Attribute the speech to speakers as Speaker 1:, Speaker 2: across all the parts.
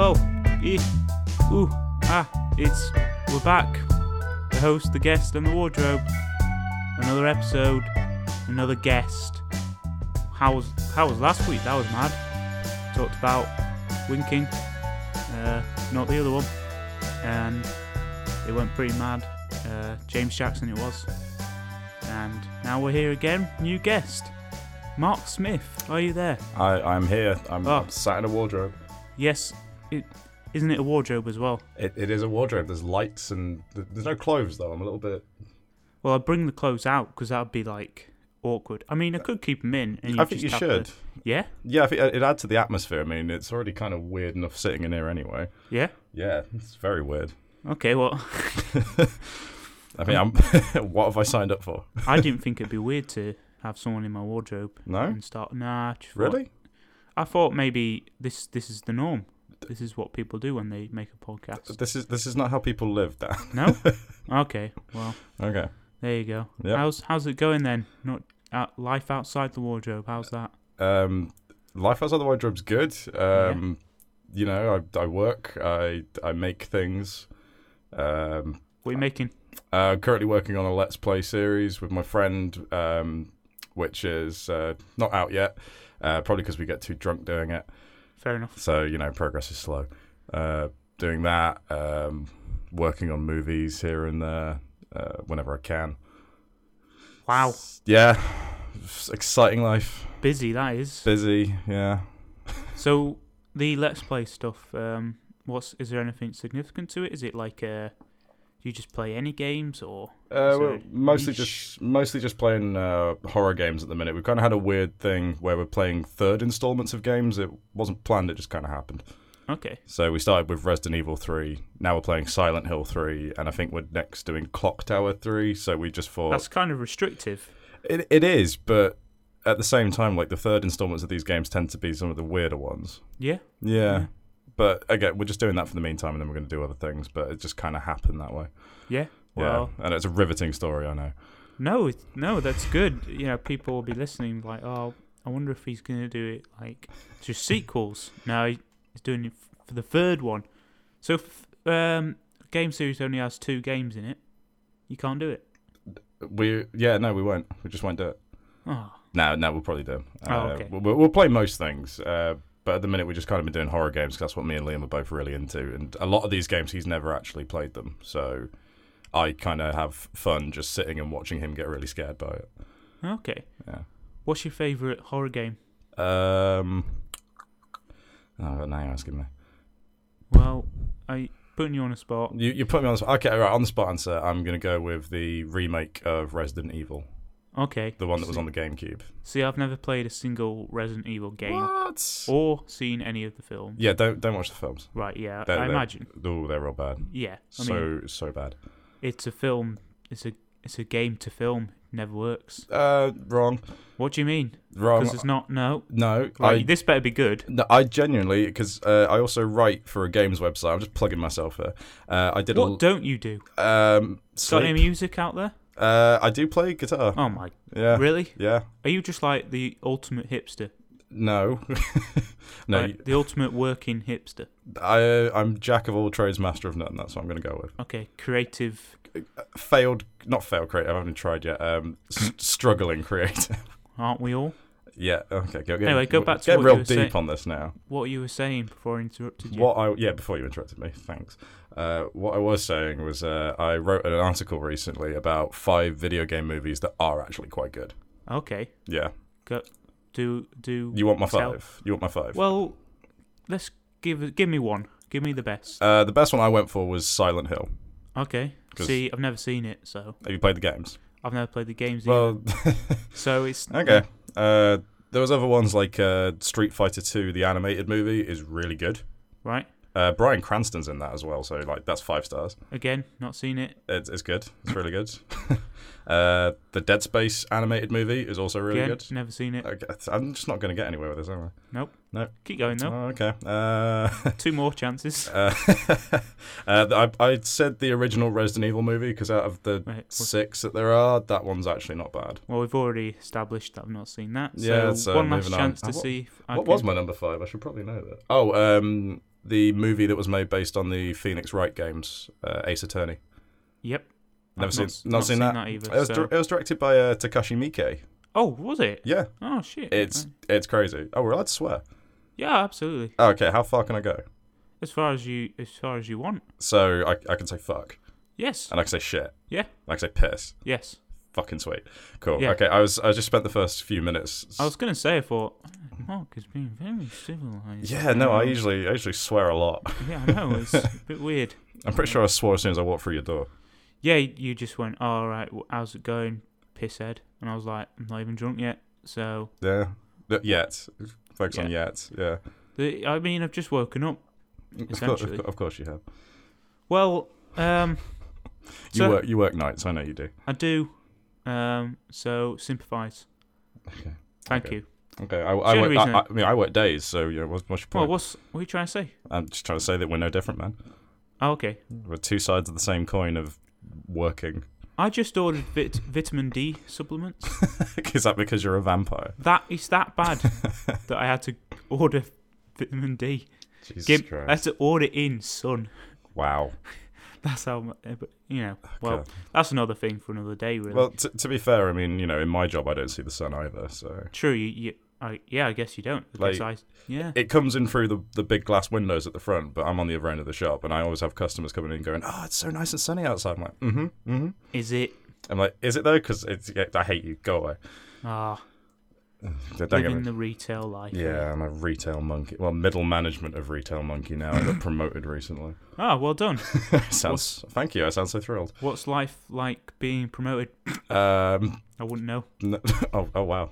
Speaker 1: Oh, e, Ooh, ah, it's we're back. The host, the guest, and the wardrobe. Another episode, another guest. How was how was last week? That was mad. Talked about winking, uh, not the other one, and it went pretty mad. Uh, James Jackson, it was. And now we're here again, new guest, Mark Smith. Are you there?
Speaker 2: I, I'm here. I'm,
Speaker 1: Oh.
Speaker 2: I'm sat in a wardrobe.
Speaker 1: Yes. It isn't it a wardrobe as well.
Speaker 2: It, it is a wardrobe. There's lights and th- there's no clothes though. I'm a little bit.
Speaker 1: Well, I'd bring the clothes out because that would be like awkward. I mean, I could keep them in. And
Speaker 2: I
Speaker 1: you'd
Speaker 2: think
Speaker 1: just
Speaker 2: you
Speaker 1: have
Speaker 2: should.
Speaker 1: to- yeah,
Speaker 2: Yeah, I think uh, it adds to the atmosphere. I mean, it's already kind of weird enough sitting in here anyway.
Speaker 1: yeah.
Speaker 2: Yeah, it's very weird.
Speaker 1: Okay, well,
Speaker 2: I mean, I'm. what have I signed up for?
Speaker 1: I didn't think it'd be weird to have someone in my wardrobe
Speaker 2: No,
Speaker 1: and start. Nah, I just thought-
Speaker 2: Oh. really?
Speaker 1: I thought maybe this this is the norm. This is what people do when they make a podcast.
Speaker 2: This is this is not how people live. That
Speaker 1: No. Okay. Well,
Speaker 2: okay.
Speaker 1: there you go.
Speaker 2: Yep.
Speaker 1: How's how's it going then? Not uh, life outside the wardrobe. How's that?
Speaker 2: Um, life outside the wardrobe's good. Um, you know, I, I work. I I make things. Um,
Speaker 1: What are you making?
Speaker 2: Uh, currently working on a Let's Play series with my friend, um, which is uh, not out yet, uh, probably because we get too drunk doing it.
Speaker 1: Fair enough.
Speaker 2: So, you know, progress is slow. Uh, doing that, um, working on movies here and there uh, whenever I can.
Speaker 1: Wow,
Speaker 2: Yeah, it's exciting life.
Speaker 1: busy that is.
Speaker 2: Busy, yeah.
Speaker 1: So the let's play stuff. Um, what's is there anything significant to it? Is it like uh, do you just play any games or?
Speaker 2: Uh,
Speaker 1: So
Speaker 2: we're mostly
Speaker 1: niche.
Speaker 2: just mostly just playing uh, horror games at the minute. We've kind of had a weird thing where we're playing third installments of games. It wasn't planned; it just kind of happened.
Speaker 1: Okay,
Speaker 2: So we started with Resident Evil 3. Now we're playing Silent Hill 3, and I think we're next doing Clock Tower 3. So we just thought
Speaker 1: that's kind of restrictive.
Speaker 2: it, it is, but at the same time, like the third installments of these games tend to be some of the weirder ones.
Speaker 1: Yeah.
Speaker 2: Yeah.
Speaker 1: Yeah.
Speaker 2: But again, we're just doing that for the meantime, and then we're going to do other things. But it just kind of happened that way.
Speaker 1: Yeah. Well,
Speaker 2: yeah, and it's a riveting story, I know.
Speaker 1: no, it- no, that's good. You know, people will be listening. Like, oh, I wonder if he's gonna do it like just sequels. No, he- he's doing it f- for the third one. So, f- um, game series only has two games in it. You can't do it.
Speaker 2: We yeah, no, we won't. We just won't do it.
Speaker 1: Oh,
Speaker 2: No, no, we'll probably do.
Speaker 1: Oh,
Speaker 2: Uh,
Speaker 1: okay.
Speaker 2: we'll, we'll play most things, uh, but at the minute we've just kind of been doing horror games 'cause that's what me and Liam are both really into. And a lot of these games he's never actually played them, so I kind of have fun just sitting and watching him get really scared by it.
Speaker 1: okay.
Speaker 2: Yeah.
Speaker 1: What's your favorite horror game?
Speaker 2: Um, oh, but now you're asking me.
Speaker 1: Well, I putting you on the spot.
Speaker 2: You you put me on the spot. Okay, all right, on the spot answer. I'm gonna go with the remake of Resident Evil,
Speaker 1: Okay.
Speaker 2: the one that was on the GameCube.
Speaker 1: See, I've never played a single Resident Evil game
Speaker 2: What?
Speaker 1: or seen any of the films.
Speaker 2: Yeah, don't don't watch the films.
Speaker 1: Right? Yeah,
Speaker 2: They're-
Speaker 1: I
Speaker 2: they're-
Speaker 1: imagine.
Speaker 2: Oh, they're real bad.
Speaker 1: Yeah. I mean,
Speaker 2: so so bad.
Speaker 1: it's a film. It's a it's a game to film. It never works.
Speaker 2: Uh, wrong.
Speaker 1: What do you mean?
Speaker 2: Wrong.
Speaker 1: Because it's not. No.
Speaker 2: No,
Speaker 1: Right,
Speaker 2: Um, I
Speaker 1: this better be good.
Speaker 2: no, I genuinely because uh, I also write for a games website. I'm just plugging myself here. Uh, I did
Speaker 1: What don't you do?
Speaker 2: a um
Speaker 1: Got any
Speaker 2: sleep.
Speaker 1: music out there?
Speaker 2: Uh, I do play guitar.
Speaker 1: Oh my!
Speaker 2: yeah,
Speaker 1: Really?
Speaker 2: yeah.
Speaker 1: Are you just like the ultimate hipster?
Speaker 2: No, no.
Speaker 1: Like, the ultimate working hipster.
Speaker 2: I uh, I'm jack of all trades, master of none. That's what I'm going to go with. Uh,
Speaker 1: Okay, creative.
Speaker 2: Failed, not failed creative. I haven't tried yet. Um, s- struggling creative.
Speaker 1: Aren't we all?
Speaker 2: yeah. Okay. Go, go,
Speaker 1: Anyway, go back to
Speaker 2: get
Speaker 1: what
Speaker 2: real
Speaker 1: you were
Speaker 2: deep
Speaker 1: saying.
Speaker 2: on this now.
Speaker 1: What you were saying before I interrupted you.
Speaker 2: What I yeah before you interrupted me, thanks. Uh, what I was saying was uh, I wrote an article recently about five video game movies that are actually quite good.
Speaker 1: Okay.
Speaker 2: Yeah,
Speaker 1: Go. Do do.
Speaker 2: you want my
Speaker 1: Tell-
Speaker 2: five? You want my five?
Speaker 1: Well, let's give give me one. Give me the best.
Speaker 2: uh, the best one I went for was Silent Hill.
Speaker 1: Okay.
Speaker 2: 'cause-
Speaker 1: See, I've never seen it, so
Speaker 2: Have you played the games?
Speaker 1: I've never played the games. either.
Speaker 2: Well,
Speaker 1: so it's
Speaker 2: okay. Uh, there was other ones like uh, Street Fighter Two, the animated movie, is really good.
Speaker 1: right
Speaker 2: Uh, Brian Cranston's in that as well, so like that's five stars.
Speaker 1: again. Not seen it
Speaker 2: It's, it's good. It's really good. uh, the Dead Space animated movie is also really
Speaker 1: again.
Speaker 2: good.
Speaker 1: Never seen it.
Speaker 2: Okay, that's- I'm just not going to get anywhere with this, am I?
Speaker 1: Nope.
Speaker 2: No.
Speaker 1: Keep going though.
Speaker 2: Oh, okay. Uh,
Speaker 1: Two more chances.
Speaker 2: uh, uh, I, I said the original Resident Evil movie because out of the
Speaker 1: Right. well-
Speaker 2: six that there are, that one's actually not bad.
Speaker 1: Well, we've already established that I've not seen that. So
Speaker 2: Yeah, so
Speaker 1: one last
Speaker 2: moving on.
Speaker 1: chance to
Speaker 2: Uh, what-
Speaker 1: see. If I
Speaker 2: what
Speaker 1: can-
Speaker 2: was my number five? I should probably know that. Oh, um, the movie that was made based on the Phoenix Wright games, uh, Ace Attorney?
Speaker 1: Yep. I've
Speaker 2: Never seen,
Speaker 1: s-
Speaker 2: not, seen, that.
Speaker 1: either.
Speaker 2: it, was
Speaker 1: so-
Speaker 2: dir- it was directed by uh, Takashi Miike.
Speaker 1: oh, was it?
Speaker 2: Yeah,
Speaker 1: Oh shit.
Speaker 2: it's
Speaker 1: Right.
Speaker 2: it's crazy. Oh, we're allowed to swear.
Speaker 1: yeah, absolutely.
Speaker 2: Oh, okay, how far can I go?
Speaker 1: As far as you as far as you want.
Speaker 2: So I, I can say fuck,
Speaker 1: Yes.
Speaker 2: and I can say shit,
Speaker 1: Yeah.
Speaker 2: and I can say piss.
Speaker 1: Yes.
Speaker 2: Fucking sweet, cool.
Speaker 1: Yeah.
Speaker 2: Okay, I was I just spent the first few minutes.
Speaker 1: I was gonna say, I thought Mark has been very civilized.
Speaker 2: Hmm. yeah, no, I
Speaker 1: Um,
Speaker 2: usually I usually swear a lot.
Speaker 1: Yeah, I know. It's a bit weird.
Speaker 2: I'm pretty sure I swore as soon as I walked through your door.
Speaker 1: Yeah, you just went. All right, wh- how's it going, pisshead? And I was like, I'm not even drunk yet. So,
Speaker 2: Yeah, Th- yet focus on yet. Yeah,
Speaker 1: the, I mean, I've just woken up.
Speaker 2: of course,
Speaker 1: Essentially.
Speaker 2: of course you have.
Speaker 1: Well, um,
Speaker 2: You
Speaker 1: So-
Speaker 2: work you work nights. I know you do.
Speaker 1: I do. Um, so sympathise.
Speaker 2: Okay.
Speaker 1: Thank
Speaker 2: Okay.
Speaker 1: you.
Speaker 2: Okay, I,
Speaker 1: It's
Speaker 2: I,
Speaker 1: the
Speaker 2: work,
Speaker 1: only
Speaker 2: I,
Speaker 1: reason
Speaker 2: I, I mean, I work days, so you know, what's, what's your
Speaker 1: Well,
Speaker 2: point?
Speaker 1: what's what are you trying to say?
Speaker 2: I'm just trying to say that we're no different, man.
Speaker 1: Oh, okay.
Speaker 2: We're two sides of the same coin of working.
Speaker 1: I just ordered vit- vitamin D supplements.
Speaker 2: Is that because you're a vampire?
Speaker 1: That is that bad that I had to order vitamin D.
Speaker 2: Jesus
Speaker 1: Give, I
Speaker 2: Christ!
Speaker 1: had to order in, son.
Speaker 2: Wow.
Speaker 1: That's how, mu- eh, but, you know. Well,
Speaker 2: Okay.
Speaker 1: that's another thing for another day, really.
Speaker 2: Well, t- to be fair, I mean, you know, in my job, I don't see the sun either, so
Speaker 1: True. You, you I, yeah, I guess you don't. I guess I, yeah.
Speaker 2: it comes in through the, the big glass windows at the front. But I'm on the other end of the shop, and I always have customers coming in going, "Oh, it's so nice and sunny outside." I'm like, "Mm-hmm, mm-hmm."
Speaker 1: Is it?
Speaker 2: I'm like, "Is it though? Because it's yeah, I hate you. Go away."
Speaker 1: Ah,
Speaker 2: Don't get me-
Speaker 1: living the retail life.
Speaker 2: Yeah, I'm a retail monkey. Well, middle management of retail monkey now. I got promoted recently.
Speaker 1: Ah, well done.
Speaker 2: Sounds. Thank you. I sound so thrilled.
Speaker 1: What's life like being promoted?
Speaker 2: Um.
Speaker 1: I wouldn't know.
Speaker 2: n- oh, oh wow.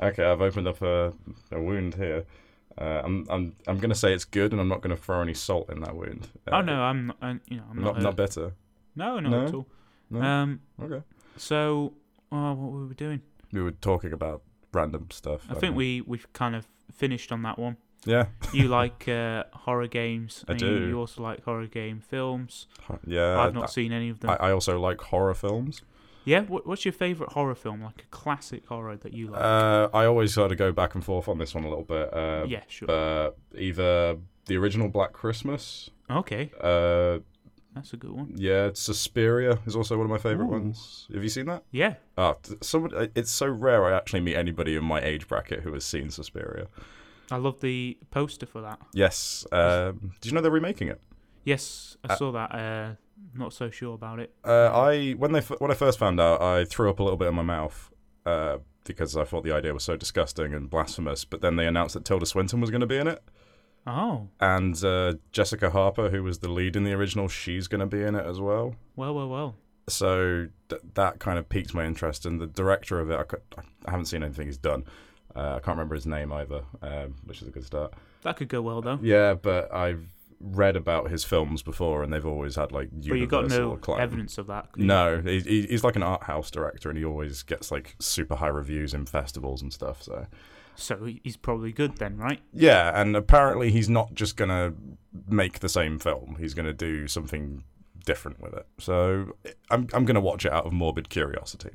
Speaker 2: okay, I've opened up a, a wound here. Uh, I'm I'm I'm gonna say it's good, and I'm not gonna throw any salt in that wound. Uh,
Speaker 1: oh no, I'm. not- I'm you know, I'm
Speaker 2: Not
Speaker 1: not.
Speaker 2: not
Speaker 1: a,
Speaker 2: better.
Speaker 1: no, not
Speaker 2: No?
Speaker 1: at all.
Speaker 2: No?
Speaker 1: Um.
Speaker 2: Okay.
Speaker 1: So, oh, what were we doing?
Speaker 2: We were talking about random stuff.
Speaker 1: I
Speaker 2: don't
Speaker 1: think
Speaker 2: know.
Speaker 1: we we've kind of finished on that one.
Speaker 2: Yeah.
Speaker 1: You like uh, horror games?
Speaker 2: I
Speaker 1: and
Speaker 2: do.
Speaker 1: You, you also like horror game films.
Speaker 2: Ho- Yeah.
Speaker 1: I've not seen any of them.
Speaker 2: I, I also like horror films.
Speaker 1: yeah. What, what's your favorite horror film? Like a classic horror that you like?
Speaker 2: Uh, I always sort of go back and forth on this one a little bit. Uh,
Speaker 1: yeah. Sure.
Speaker 2: but either the original Black Christmas,
Speaker 1: okay.
Speaker 2: uh,
Speaker 1: That's a good one.
Speaker 2: yeah, Suspiria is also one of my favorite
Speaker 1: Ooh.
Speaker 2: ones. Have you seen that?
Speaker 1: Yeah.
Speaker 2: Oh, t- somebody, it's so rare I actually meet anybody in my age bracket who has seen Suspiria.
Speaker 1: I love the poster for that.
Speaker 2: Yes. Um, did you know they're remaking it?
Speaker 1: Yes, I
Speaker 2: Uh,
Speaker 1: saw that. Uh, not so sure about it.
Speaker 2: Uh, I when they f- when I first found out, I threw up a little bit in my mouth uh, because I thought the idea was so disgusting and blasphemous. But then they announced that Tilda Swinton was going to be in it.
Speaker 1: Oh,
Speaker 2: And uh, Jessica Harper, who was the lead in the original, she's going to be in it as well.
Speaker 1: well, well, well.
Speaker 2: so th- that kind of piqued my interest. And the director of it, I, cou- I haven't seen anything he's done. Uh, I can't remember his name either, um, which is a good start.
Speaker 1: That could go well though.
Speaker 2: Yeah, but I've read about his films before, and they've always had like
Speaker 1: But you
Speaker 2: universal
Speaker 1: got no
Speaker 2: acclaim.
Speaker 1: evidence of that. could you?
Speaker 2: No, he, he- he's like an art house director, and he always gets like super high reviews in festivals and stuff. So
Speaker 1: So he- he's probably good then, right?
Speaker 2: yeah, and apparently he's not just gonna make the same film. He's gonna do something different with it. So I'm I'm gonna watch it out of morbid curiosity.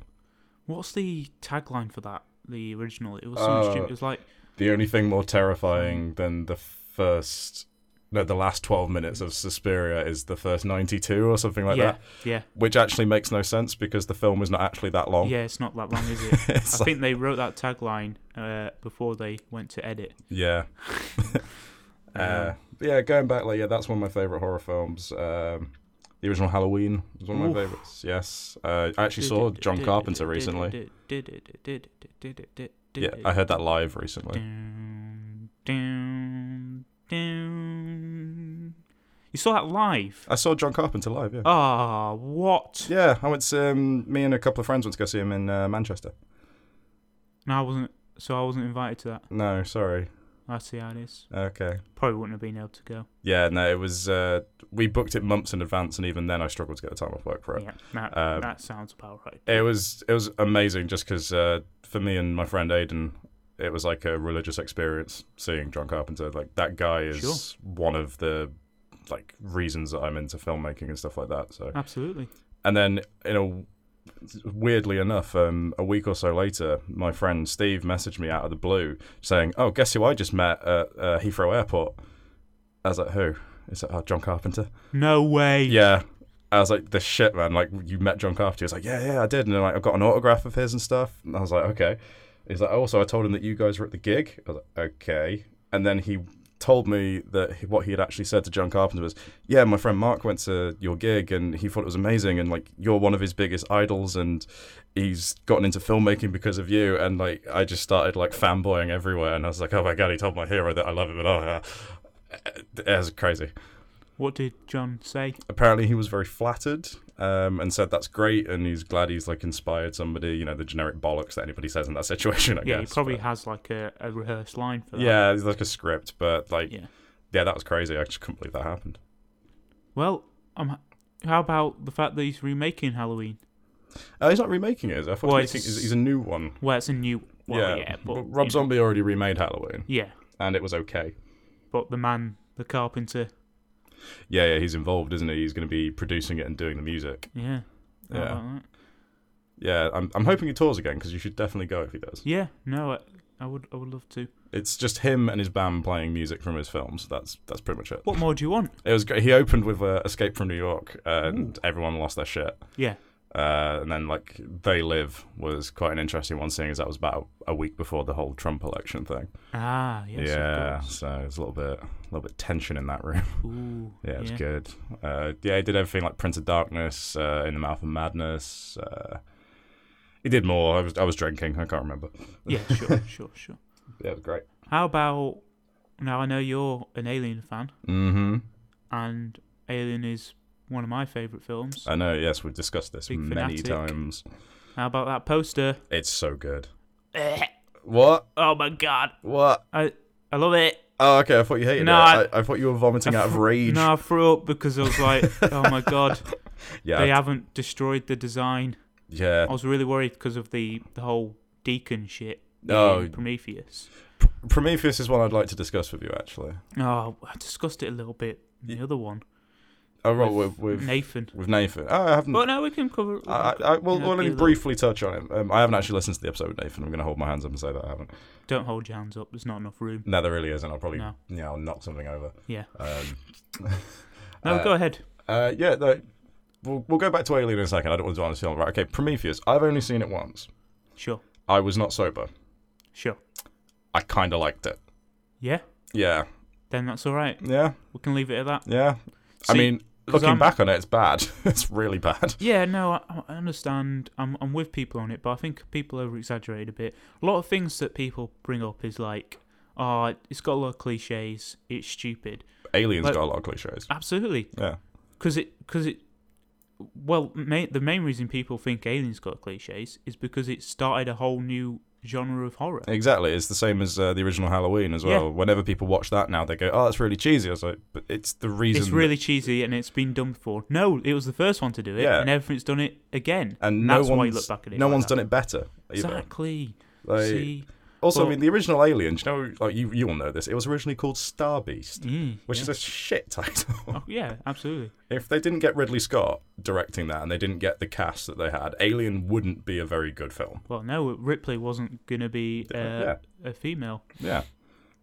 Speaker 1: What's the tagline for that? The original. It was something
Speaker 2: Uh,
Speaker 1: stupid. It was like
Speaker 2: The only thing more terrifying than the first, no, the last 12 minutes of Suspiria is the first 92 or something like
Speaker 1: yeah,
Speaker 2: that,
Speaker 1: yeah,
Speaker 2: which actually makes no sense because the film is not actually that long.
Speaker 1: yeah. It's not that long, is it? I
Speaker 2: Oh. It's like-
Speaker 1: think they wrote that tagline uh, before they went to edit.
Speaker 2: yeah. uh, yeah, going back, like, yeah, that's one of my favorite horror films. Um, the original Halloween was one of my
Speaker 1: Oof.
Speaker 2: favorites. Yes. Uh, I actually saw John Carpenter recently. Yeah, I heard that live recently.
Speaker 1: Down, down, down. You saw that live?
Speaker 2: I saw John Carpenter live, yeah.
Speaker 1: Ah, what?
Speaker 2: Yeah, I went to, um, me and a couple of friends went to go see him in uh, Manchester.
Speaker 1: No, I wasn't. So I wasn't invited to that.
Speaker 2: No, sorry.
Speaker 1: I see how it is.
Speaker 2: Okay.
Speaker 1: Probably wouldn't have been able to go.
Speaker 2: Yeah, no, it was. Uh, we booked it months in advance, and even then, I struggled to get the time off work for it.
Speaker 1: Yeah, that,
Speaker 2: Um,
Speaker 1: that sounds about right.
Speaker 2: It was it was amazing, just because uh, for me and my friend Aiden, it was like a religious experience seeing John Carpenter. Like that guy is
Speaker 1: Sure.
Speaker 2: one of the like reasons that I'm into filmmaking and stuff like that. So,
Speaker 1: Absolutely.
Speaker 2: and then you know, weirdly enough, um, a week or so later, my friend Steve messaged me out of the blue saying, "Oh, guess who I just met at uh, Heathrow Airport." I was like, who? It's like, oh, John Carpenter.
Speaker 1: No way.
Speaker 2: Yeah. I was like, this shit, man. Like, you met John Carpenter. He was like, yeah, yeah, I did. And then, like, I've got an autograph of his and stuff. And I was like, okay. He's like, also, I told him that you guys were at the gig. I was like, okay. And then he told me that he- what he had actually said to John Carpenter was, yeah, my friend Mark went to your gig and he thought it was amazing. And, like, you're one of his biggest idols. And he's gotten into filmmaking because of you. And, like, I just started, like, fanboying everywhere. And I was like, oh my God, he told my hero that I love him. And, oh, yeah. It was crazy
Speaker 1: What did John say?
Speaker 2: apparently he was very flattered um, and said that's great and he's glad he's like inspired somebody you know the generic bollocks that anybody says in that situation i
Speaker 1: yeah,
Speaker 2: guess
Speaker 1: he probably
Speaker 2: but-
Speaker 1: has like a, a rehearsed line for that.
Speaker 2: yeah it's like a script but like yeah.
Speaker 1: Yeah.
Speaker 2: that was crazy i just couldn't believe that happened
Speaker 1: Well, um, how about the fact that he's remaking Halloween?
Speaker 2: uh, he's not remaking it is he? i thought
Speaker 1: Well,
Speaker 2: he was making-
Speaker 1: it's-
Speaker 2: he's, he's a new one
Speaker 1: Well, it's a new. Well, yeah, but,
Speaker 2: but
Speaker 1: you
Speaker 2: rob
Speaker 1: know,
Speaker 2: zombie already remade halloween
Speaker 1: Yeah,
Speaker 2: and it was okay
Speaker 1: but the man, the carpenter.
Speaker 2: yeah yeah he's involved isn't he he's going to be producing it and doing the music
Speaker 1: Yeah. How
Speaker 2: Yeah.
Speaker 1: about that?
Speaker 2: yeah i'm, I'm hoping he tours again because you should definitely go if he does
Speaker 1: Yeah. No, I, I would. I would love to.
Speaker 2: it's just him and his band playing music from his films that's that's pretty much it
Speaker 1: What more do you want?
Speaker 2: It was great. He opened with uh, Escape from New York, and everyone lost their shit.
Speaker 1: Yeah.
Speaker 2: Uh, and then like They Live was quite an interesting one, seeing as that was about a week before the whole Trump election thing.
Speaker 1: Ah, yes.
Speaker 2: yeah,
Speaker 1: Of course.
Speaker 2: so it's a little bit, a little bit tension in that room.
Speaker 1: Ooh.
Speaker 2: yeah, it was good. Uh, yeah, he did everything like Prince of Darkness, uh, In the Mouth of Madness. Uh, he did more. I was, I was drinking. I can't remember.
Speaker 1: Yeah. Sure. Sure. Sure.
Speaker 2: Yeah, it was great.
Speaker 1: How about now? I know you're an Alien fan,
Speaker 2: Mm-hmm.
Speaker 1: and Alien is one of my favourite films.
Speaker 2: I know. Yes, we've discussed this
Speaker 1: Big
Speaker 2: many
Speaker 1: fanatic.
Speaker 2: times.
Speaker 1: How about that poster?
Speaker 2: It's so good.
Speaker 1: Eh,
Speaker 2: What?
Speaker 1: oh my god,
Speaker 2: What?
Speaker 1: I I love it.
Speaker 2: Oh, okay. I thought you hated
Speaker 1: No,
Speaker 2: it. I,
Speaker 1: I-
Speaker 2: I thought you were vomiting out of rage.
Speaker 1: No, I threw up because I was like, oh my god,
Speaker 2: yeah,
Speaker 1: they haven't destroyed the design.
Speaker 2: yeah.
Speaker 1: I was really worried because of the the whole Deacon shit. in
Speaker 2: Oh.
Speaker 1: Prometheus.
Speaker 2: Prometheus is one I'd like to discuss with you, actually.
Speaker 1: Oh, I discussed it a little bit. in The other one,
Speaker 2: Oh, right, with with,
Speaker 1: Nathan.
Speaker 2: with Nathan. Oh, I haven't.
Speaker 1: But no, we can cover.
Speaker 2: I, I, I will
Speaker 1: Yeah,
Speaker 2: we'll only
Speaker 1: the other-
Speaker 2: briefly touch on it. Um, I haven't actually listened to the episode with Nathan. I'm going to hold my hands up and say that I haven't.
Speaker 1: Don't hold your hands up. There's not enough room.
Speaker 2: No, there really isn't. I'll probably
Speaker 1: No.
Speaker 2: yeah, I'll knock something over.
Speaker 1: Yeah.
Speaker 2: Um,
Speaker 1: No, go ahead.
Speaker 2: uh, yeah, no, we'll we'll go back to Alien in a second. I don't want to do on this film. Right, okay. Prometheus. I've only seen it once.
Speaker 1: Sure.
Speaker 2: I was not sober.
Speaker 1: Sure.
Speaker 2: I kind of liked it.
Speaker 1: Yeah.
Speaker 2: Yeah,
Speaker 1: Then that's all right.
Speaker 2: yeah,
Speaker 1: We can leave it at that.
Speaker 2: yeah. I
Speaker 1: See,
Speaker 2: mean,
Speaker 1: 'cause
Speaker 2: looking
Speaker 1: I'm-
Speaker 2: back on it, it's bad. it's really bad.
Speaker 1: Yeah, no, I, I understand. I'm I'm with people on it, but I think people over exaggerate a bit. A lot of things that people bring up is like, oh, it's got a lot of cliches. It's stupid.
Speaker 2: Aliens
Speaker 1: Like-
Speaker 2: got a lot of cliches.
Speaker 1: Absolutely,
Speaker 2: Yeah.
Speaker 1: because it because it. Well, ma- the main reason people think Aliens got cliches is because it started a whole new genre of horror.
Speaker 2: Exactly. It's the same as uh, the original Halloween as well.
Speaker 1: Yeah.
Speaker 2: Whenever people watch that now, they go, "Oh, that's really cheesy." I was like, "But it's the reason."
Speaker 1: It's really cheesy and it's been done before. No, it was the first one to do it,
Speaker 2: Yeah.
Speaker 1: and everything's done it again.
Speaker 2: that- and
Speaker 1: that's
Speaker 2: no
Speaker 1: why you
Speaker 2: one's
Speaker 1: look back at it.
Speaker 2: no
Speaker 1: like
Speaker 2: one's
Speaker 1: that.
Speaker 2: done it better. Either.
Speaker 1: Exactly.
Speaker 2: Like,
Speaker 1: See,
Speaker 2: also, I
Speaker 1: well-
Speaker 2: mean, the original Alien. do You know, like you you all know this. It was originally called Star Beast,
Speaker 1: Mm,
Speaker 2: which
Speaker 1: yeah.
Speaker 2: is a shit title.
Speaker 1: Oh, yeah, absolutely.
Speaker 2: if they didn't get Ridley Scott directing that, and they didn't get the cast that they had, Alien wouldn't be a very good film.
Speaker 1: Well, no, Ripley wasn't going to be uh,
Speaker 2: Yeah.
Speaker 1: a female.
Speaker 2: Yeah.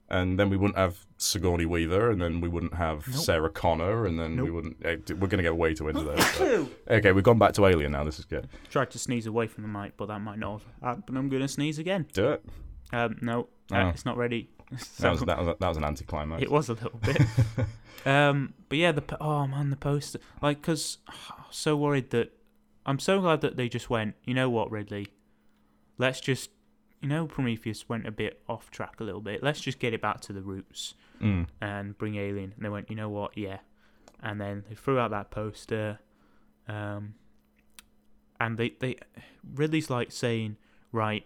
Speaker 2: And then we wouldn't have Sigourney Weaver, and then we wouldn't have
Speaker 1: Nope.
Speaker 2: Sarah Connor, and then we wouldn't. eh, We're going to get way too into those. but- okay, we've gone back to Alien now. This is good.
Speaker 1: Tried to sneeze away from the mic, but that might not have happened. I'm going to sneeze again.
Speaker 2: Do it.
Speaker 1: Um, no, uh,
Speaker 2: Oh.
Speaker 1: it's not ready.
Speaker 2: That
Speaker 1: So-
Speaker 2: was, that was, that was an anticlimax.
Speaker 1: it was a little bit. um, but yeah, the po- oh man, the poster. Like, because I'm so worried that. I'm so glad that they just went, you know what, Ridley? Let's just. You know, Prometheus went a bit off track a little bit. Let's just get it back to the roots.
Speaker 2: Mm.
Speaker 1: and bring Alien. And they went, you know what? Yeah. And then they threw out that poster. Um, and they, they Ridley's like saying, right,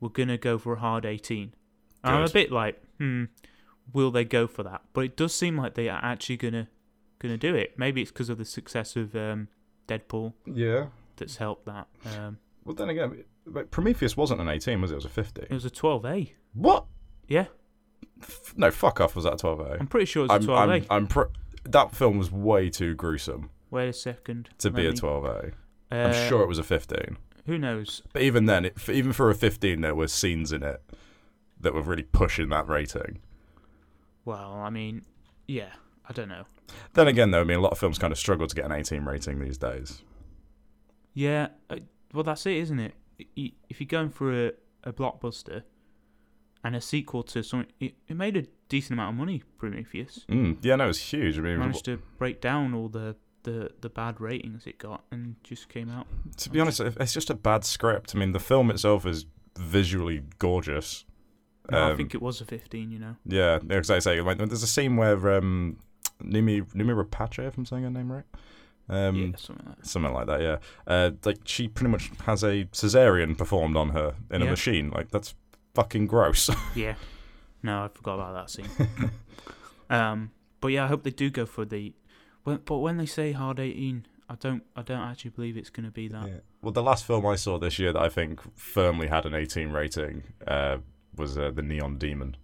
Speaker 1: we're going to go for a hard 18. And I'm a
Speaker 2: Good.
Speaker 1: bit like, hmm, will they go for that? But it does seem like they are actually going to gonna do it. Maybe it's because of the success of um, Deadpool
Speaker 2: Yeah.
Speaker 1: that's helped that. Um,
Speaker 2: Well, then again, but Prometheus wasn't an 18, was it? It was a 50.
Speaker 1: it was a 12A.
Speaker 2: What?
Speaker 1: Yeah,
Speaker 2: F- No, fuck off. Was that a 12A?
Speaker 1: I'm pretty sure it's a
Speaker 2: I'm, I'm,
Speaker 1: 12A.
Speaker 2: I'm pr- that film was way too gruesome
Speaker 1: Wait a second.
Speaker 2: to be
Speaker 1: let
Speaker 2: a
Speaker 1: me-
Speaker 2: 12A. I'm
Speaker 1: Uh,
Speaker 2: sure it was a 15.
Speaker 1: Who knows?
Speaker 2: But even then, it, even for a 15, there were scenes in it that were really pushing that rating.
Speaker 1: Well, I mean, yeah, I don't know.
Speaker 2: Then again, though, I mean, a lot of films kind of struggle to get an 18 rating these days.
Speaker 1: Yeah, uh, well, that's it, isn't it? Y- y- If you're going for a, a blockbuster and a sequel to something, it, it made a decent amount of money, Prometheus.
Speaker 2: Mm, yeah, no, it's huge. I mean,
Speaker 1: managed to break down all the, the, the bad ratings it got and just came out.
Speaker 2: to be honest, it's just a bad script. I mean, the film itself is visually gorgeous.
Speaker 1: No, I
Speaker 2: Um,
Speaker 1: think it was a 15, you know.
Speaker 2: Yeah, because I say, like, there's a scene where um, Numi Numi Rapace, if I'm saying her name right, um,
Speaker 1: yeah, something like that.
Speaker 2: something like that. Yeah, uh, like she pretty much has a cesarean performed on her in a
Speaker 1: Yeah.
Speaker 2: machine. Like that's fucking gross.
Speaker 1: Yeah. No, I forgot about that scene. um, but yeah, I hope they do go for the. When, but when they say hard 18, I don't, I don't actually believe it's going to be that.
Speaker 2: Well, the last film I saw this year that I think firmly had an 18 rating uh, was uh, the Neon Demon,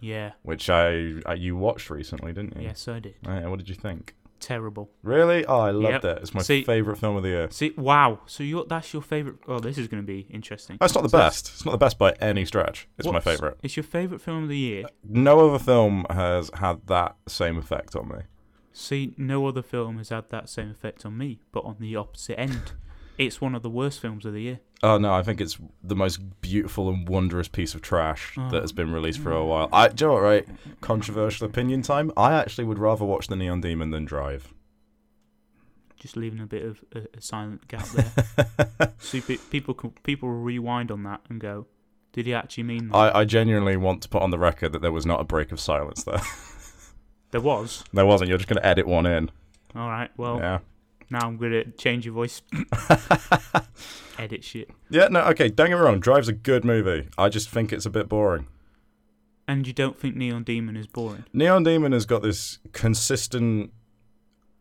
Speaker 1: Yeah.
Speaker 2: which I, I you watched recently, didn't you? Oh,
Speaker 1: Yes, I did.
Speaker 2: Yeah, what did you think?
Speaker 1: Terrible.
Speaker 2: Really? Oh, I loved
Speaker 1: Yep.
Speaker 2: it. It's my
Speaker 1: See-
Speaker 2: favorite film of the year.
Speaker 1: See, wow. So you that's your favorite. Oh, this is going to be interesting.
Speaker 2: That's not the best. It's not the best by any stretch. It's my
Speaker 1: What's-
Speaker 2: favorite. Uh,
Speaker 1: It's your favorite film of the year.
Speaker 2: No other film has had that same effect on me.
Speaker 1: See, no other film has had that same effect on me, but on the opposite end. It's one of the worst films of the year.
Speaker 2: Oh no, I think it's the most beautiful and wondrous piece of trash
Speaker 1: Oh.
Speaker 2: that has been released for a while. I, do you know what, right? Controversial opinion time. I actually would rather watch The Neon Demon than Drive.
Speaker 1: Just leaving a bit of a, a silent gap there. See, pe- people can, people will rewind on that and go, "Did he actually mean that?"
Speaker 2: I, I genuinely want to put on the record that there was not a break of silence there.
Speaker 1: there was.
Speaker 2: there wasn't. You're just going to edit one in.
Speaker 1: All right. Well,
Speaker 2: Yeah.
Speaker 1: now I'm gonna change your voice. Edit shit.
Speaker 2: Yeah, no, okay, don't get me wrong. Drive's a good movie. I just think it's a bit boring.
Speaker 1: And you don't think Neon Demon is boring?
Speaker 2: Neon Demon has got this consistent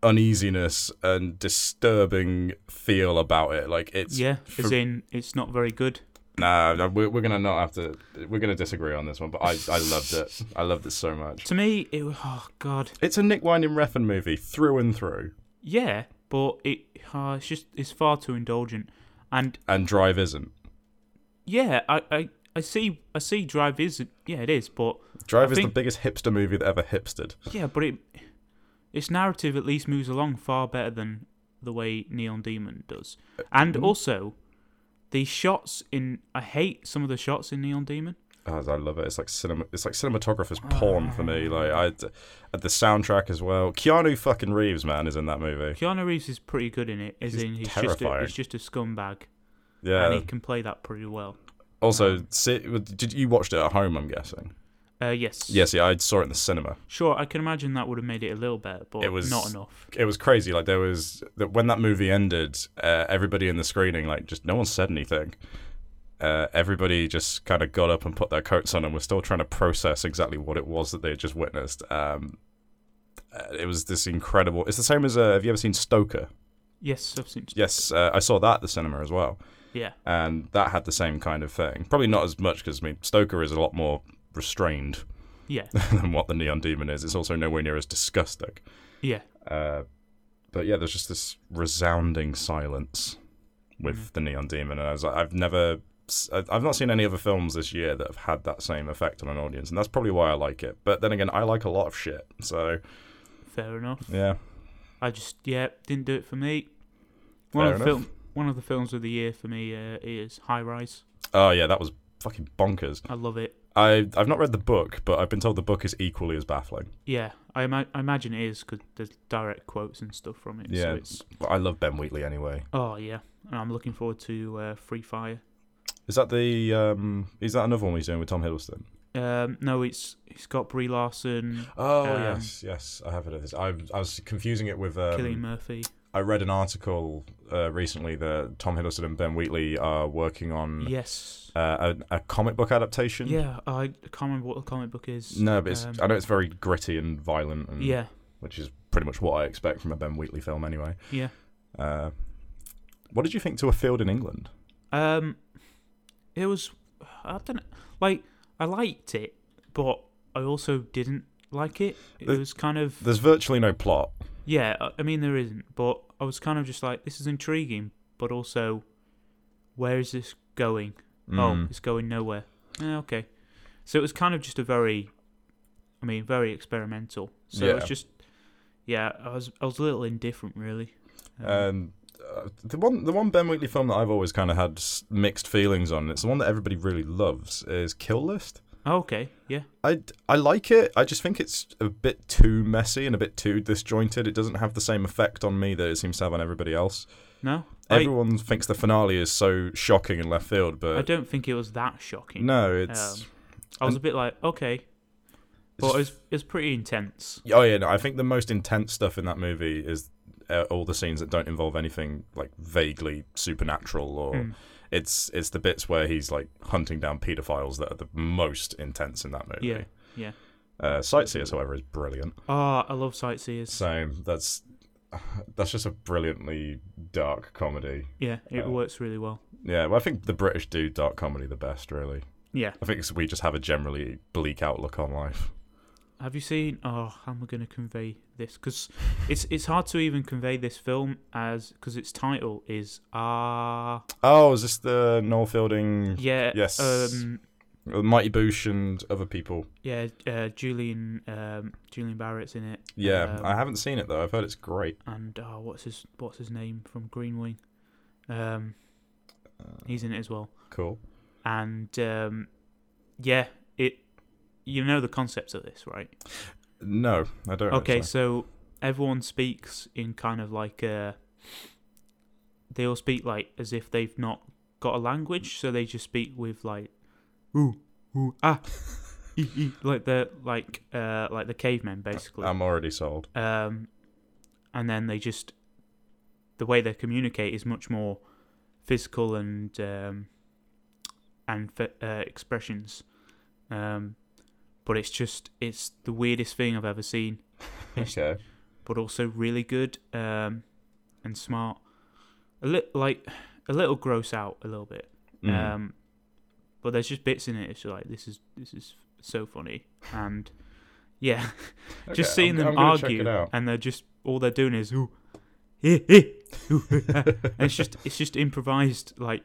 Speaker 2: uneasiness and disturbing feel about it. Like it's
Speaker 1: yeah.
Speaker 2: for-
Speaker 1: As in, it's not very good.
Speaker 2: nah, nah, we're, we're gonna not have to. We're gonna disagree on this one, but I, I loved it. I loved it so much.
Speaker 1: To me, it was oh god,
Speaker 2: It's a Nick Winding Refn movie through and through,
Speaker 1: yeah, but it uh, it's just it's far too indulgent, and
Speaker 2: and Drive isn't.
Speaker 1: yeah, I, I I see I see Drive is yeah it is, but
Speaker 2: Drive
Speaker 1: I
Speaker 2: is
Speaker 1: think-
Speaker 2: the biggest hipster movie that ever hipstered.
Speaker 1: yeah, but it its narrative at least moves along far better than the way Neon Demon does,
Speaker 2: Mm-hmm.
Speaker 1: and also the shots in I hate some of the shots in Neon Demon.
Speaker 2: Oh, I love it. It's like cinema. It's like cinematographer's porn for me. Like I, uh, the soundtrack as well. Keanu fucking Reeves, man, is in that movie.
Speaker 1: Keanu Reeves is pretty good in it, as
Speaker 2: He's
Speaker 1: in he's just a,
Speaker 2: terrifying. Um,
Speaker 1: he's just a scumbag,
Speaker 2: Yeah.
Speaker 1: and he can play that pretty well.
Speaker 2: Also, see, did you watched it at home? I'm guessing.
Speaker 1: Uh, yes.
Speaker 2: Yes, yeah, I saw it in the cinema.
Speaker 1: Sure, I can imagine that would have made it a little better, but
Speaker 2: It was-
Speaker 1: not enough.
Speaker 2: It was crazy. Like there was that when that movie ended, uh, everybody in the screening, like, just no one said anything. Uh, everybody just kind of got up and put their coats on, and was still trying to process exactly what it was that they had just witnessed. Um, uh, it was this incredible. It's the same as uh, have you ever seen Stoker?
Speaker 1: Yes, I've seen.
Speaker 2: Yes, uh, I saw that at the cinema as well.
Speaker 1: Yeah.
Speaker 2: and that had the same kind of thing. Probably not as much because I mean, Stoker is a lot more restrained
Speaker 1: Yeah,
Speaker 2: than what the Neon Demon is. It's also nowhere near as disgusting.
Speaker 1: yeah,
Speaker 2: Uh, but yeah, there's just this resounding silence with the Neon Demon, and I was like, I've never, s- I- I've not seen any other films this year that have had that same effect on an audience, and that's probably why I like it. But then again, I like a lot of shit, so
Speaker 1: fair enough.
Speaker 2: yeah,
Speaker 1: I just yeah didn't do it for me. One
Speaker 2: Fair
Speaker 1: of the
Speaker 2: enough.
Speaker 1: film, one of the films of the year for me uh, is High Rise.
Speaker 2: oh yeah, that was fucking bonkers.
Speaker 1: I love it.
Speaker 2: I I've not read the book, but I've been told the book is equally as baffling.
Speaker 1: Yeah, I, ima- I imagine it is because there's direct quotes and stuff from it.
Speaker 2: Yeah.
Speaker 1: So it's
Speaker 2: But I love Ben Wheatley anyway.
Speaker 1: oh yeah, and I'm looking forward to uh, Free Fire.
Speaker 2: Is that the um? Is that another one he's doing with Tom Hiddleston?
Speaker 1: Um, no, it's it's got Brie Larson,
Speaker 2: Oh
Speaker 1: Um,
Speaker 2: yes, yes, I have heard of this. I, I was confusing it with.
Speaker 1: Killian
Speaker 2: Um,
Speaker 1: Murphy.
Speaker 2: I read an article uh, recently that Tom Hiddleston and Ben Wheatley are working on
Speaker 1: Yes.
Speaker 2: uh, a, a comic book adaptation.
Speaker 1: Yeah, I can't remember what the comic book is.
Speaker 2: No, but it's,
Speaker 1: Um,
Speaker 2: I know it's very gritty and violent, and,
Speaker 1: yeah,
Speaker 2: which is pretty much what I expect from a Ben Wheatley film anyway.
Speaker 1: yeah.
Speaker 2: Uh, what did you think to a field in England?
Speaker 1: Um, it was I don't know, like I liked it, but I also didn't like it. It
Speaker 2: The-
Speaker 1: was kind of
Speaker 2: There's virtually no plot.
Speaker 1: yeah. I- I mean, there isn't, but I was kind of just like, this is intriguing, but also, where is this going? Oh,
Speaker 2: Mm.
Speaker 1: it's going nowhere. Eh, okay, so it was kind of just a very. I mean, very experimental. So
Speaker 2: Yeah.
Speaker 1: it's just, yeah, I was I was a little indifferent really.
Speaker 2: Um, uh, the one, the one Ben Wheatley film that I've always kind of had s- mixed feelings on. and It's the one that everybody really loves. Is Kill List.
Speaker 1: Oh, okay, yeah,
Speaker 2: I, I like it. I just think it's a bit too messy and a bit too disjointed. It doesn't have the same effect on me that it seems to have on everybody else.
Speaker 1: no,
Speaker 2: Everyone uh, thinks the finale is so shocking and left field,
Speaker 1: I, I
Speaker 2: but
Speaker 1: don't think it was that shocking.
Speaker 2: no, it's.
Speaker 1: Um, I was a bit like okay, but
Speaker 2: just-
Speaker 1: it was it was pretty intense.
Speaker 2: Oh yeah, no, I think the most intense stuff in that movie is uh, all the scenes that don't involve anything like vaguely supernatural or
Speaker 1: Hmm.
Speaker 2: it's it's the bits where he's like hunting down pedophiles that are the most intense in that movie.
Speaker 1: Yeah, yeah.
Speaker 2: Uh, Sightseers, however, is brilliant.
Speaker 1: Oh, I love sightseers.
Speaker 2: So that's that's just a brilliantly dark comedy.
Speaker 1: yeah, it
Speaker 2: uh,
Speaker 1: works really well.
Speaker 2: Yeah, well, I think the British do dark comedy the best, really.
Speaker 1: Yeah.
Speaker 2: I think it's, we just have a generally bleak outlook on life.
Speaker 1: Have you seen? Oh, how am I going to convey this? Because it's it's hard to even convey this film as because its title is ah
Speaker 2: Oh, is this the Noel Fielding,
Speaker 1: yeah
Speaker 2: Yes.
Speaker 1: um
Speaker 2: Mighty Boosh, and other people?
Speaker 1: yeah uh, Julian um Julian Barrett's in it
Speaker 2: Yeah,
Speaker 1: um,
Speaker 2: I haven't seen it though. I've heard it's great.
Speaker 1: and oh, what's his what's his name from Green Wing um he's in it as well
Speaker 2: Cool.
Speaker 1: and um yeah it you know the concept of this right
Speaker 2: No, I don't.
Speaker 1: Okay,
Speaker 2: actually.
Speaker 1: so everyone speaks in kind of like a. They all speak like as if they've not got a language, so they just speak with like, ooh, ooh, ah, ee, ee, like the like uh like the cavemen basically.
Speaker 2: I'm already sold.
Speaker 1: Um, and then they just the way they communicate is much more physical and um, and f- uh, expressions. Um, but it's just it's the weirdest thing I've ever seen It's-
Speaker 2: Okay.
Speaker 1: but also really good um, and smart. A little like a little gross out a little bit,
Speaker 2: Mm.
Speaker 1: um, but there's just bits in it. It's like this is this is so funny and yeah, just
Speaker 2: Okay,
Speaker 1: seeing
Speaker 2: I'm-
Speaker 1: them
Speaker 2: I'm gonna check
Speaker 1: argue
Speaker 2: it out.
Speaker 1: and they're just all they're doing is ooh, eh, eh, ooh, eh, ah." and it's just it's just improvised like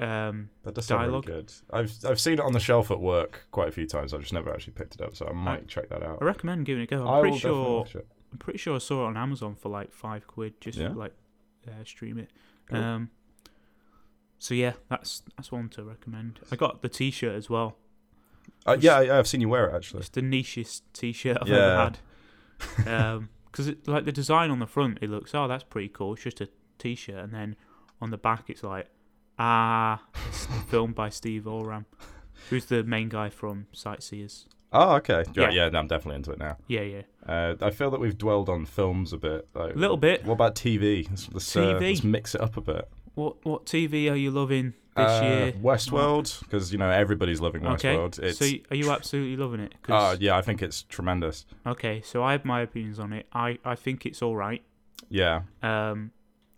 Speaker 1: um,
Speaker 2: That does sound really
Speaker 1: dialogue.
Speaker 2: good. I've I've seen it on the shelf at work quite a few times. I've just never actually picked it up, so I might check that out.
Speaker 1: I recommend giving it a go. Uh, I'm
Speaker 2: I
Speaker 1: pretty
Speaker 2: will definitely
Speaker 1: sure
Speaker 2: watch it.
Speaker 1: I'm pretty sure I saw it on Amazon for like five quid just
Speaker 2: Yeah.
Speaker 1: to, like uh, stream it.
Speaker 2: Cool.
Speaker 1: Um, so yeah, that's that's one to recommend. I got the T-shirt as well.
Speaker 2: Uh, yeah, I, I've seen you wear it actually.
Speaker 1: It's the nichest T-shirt I've
Speaker 2: Yeah.
Speaker 1: ever had. Because it like the design on the front, it looks oh that's pretty cool. It's just a T-shirt, and then on the back it's like ah, it's filmed by Steve Oram, who's the main guy from Sightseers.
Speaker 2: Oh, okay. Yeah,
Speaker 1: Yeah.
Speaker 2: yeah. No, I'm definitely into it now.
Speaker 1: Yeah, yeah.
Speaker 2: Uh, I feel that we've dwelled on films a bit. A
Speaker 1: Little bit.
Speaker 2: What about TV? Let's, let's, uh,
Speaker 1: TV.
Speaker 2: let's mix it up a bit.
Speaker 1: What what TV are you loving this
Speaker 2: Uh,
Speaker 1: year?
Speaker 2: Westworld, because you know everybody's loving Westworld. It's,
Speaker 1: so y- are you absolutely loving it? 'Cause-
Speaker 2: uh, yeah, I think it's tremendous.
Speaker 1: Okay, so I have my opinions on it. I, I think it's all right.
Speaker 2: Yeah,
Speaker 1: Um,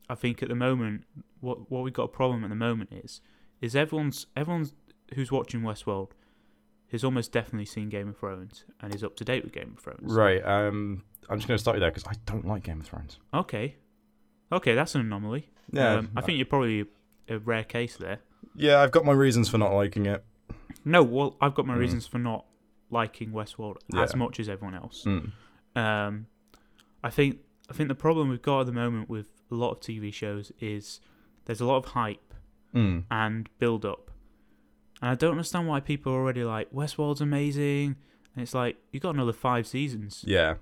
Speaker 1: I think at the moment, what what we got a problem at the moment is is everyone's everyone's who's watching Westworld has almost definitely seen Game of Thrones and is up to date with Game of Thrones.
Speaker 2: right. Um, I'm just going to start you there because I don't like Game of Thrones.
Speaker 1: Okay, okay, that's an anomaly.
Speaker 2: Yeah,
Speaker 1: um, I think you're probably a rare case there.
Speaker 2: Yeah, I've got my reasons for not liking it.
Speaker 1: No, well, I've got my
Speaker 2: Mm.
Speaker 1: reasons for not liking Westworld as
Speaker 2: Yeah.
Speaker 1: much as everyone else.
Speaker 2: Mm.
Speaker 1: Um, I think I think the problem we've got at the moment with a lot of TV shows is there's a lot of hype
Speaker 2: Mm.
Speaker 1: and build up, and I don't understand why people are already like Westworld's amazing, and it's like you got another five seasons.
Speaker 2: Yeah.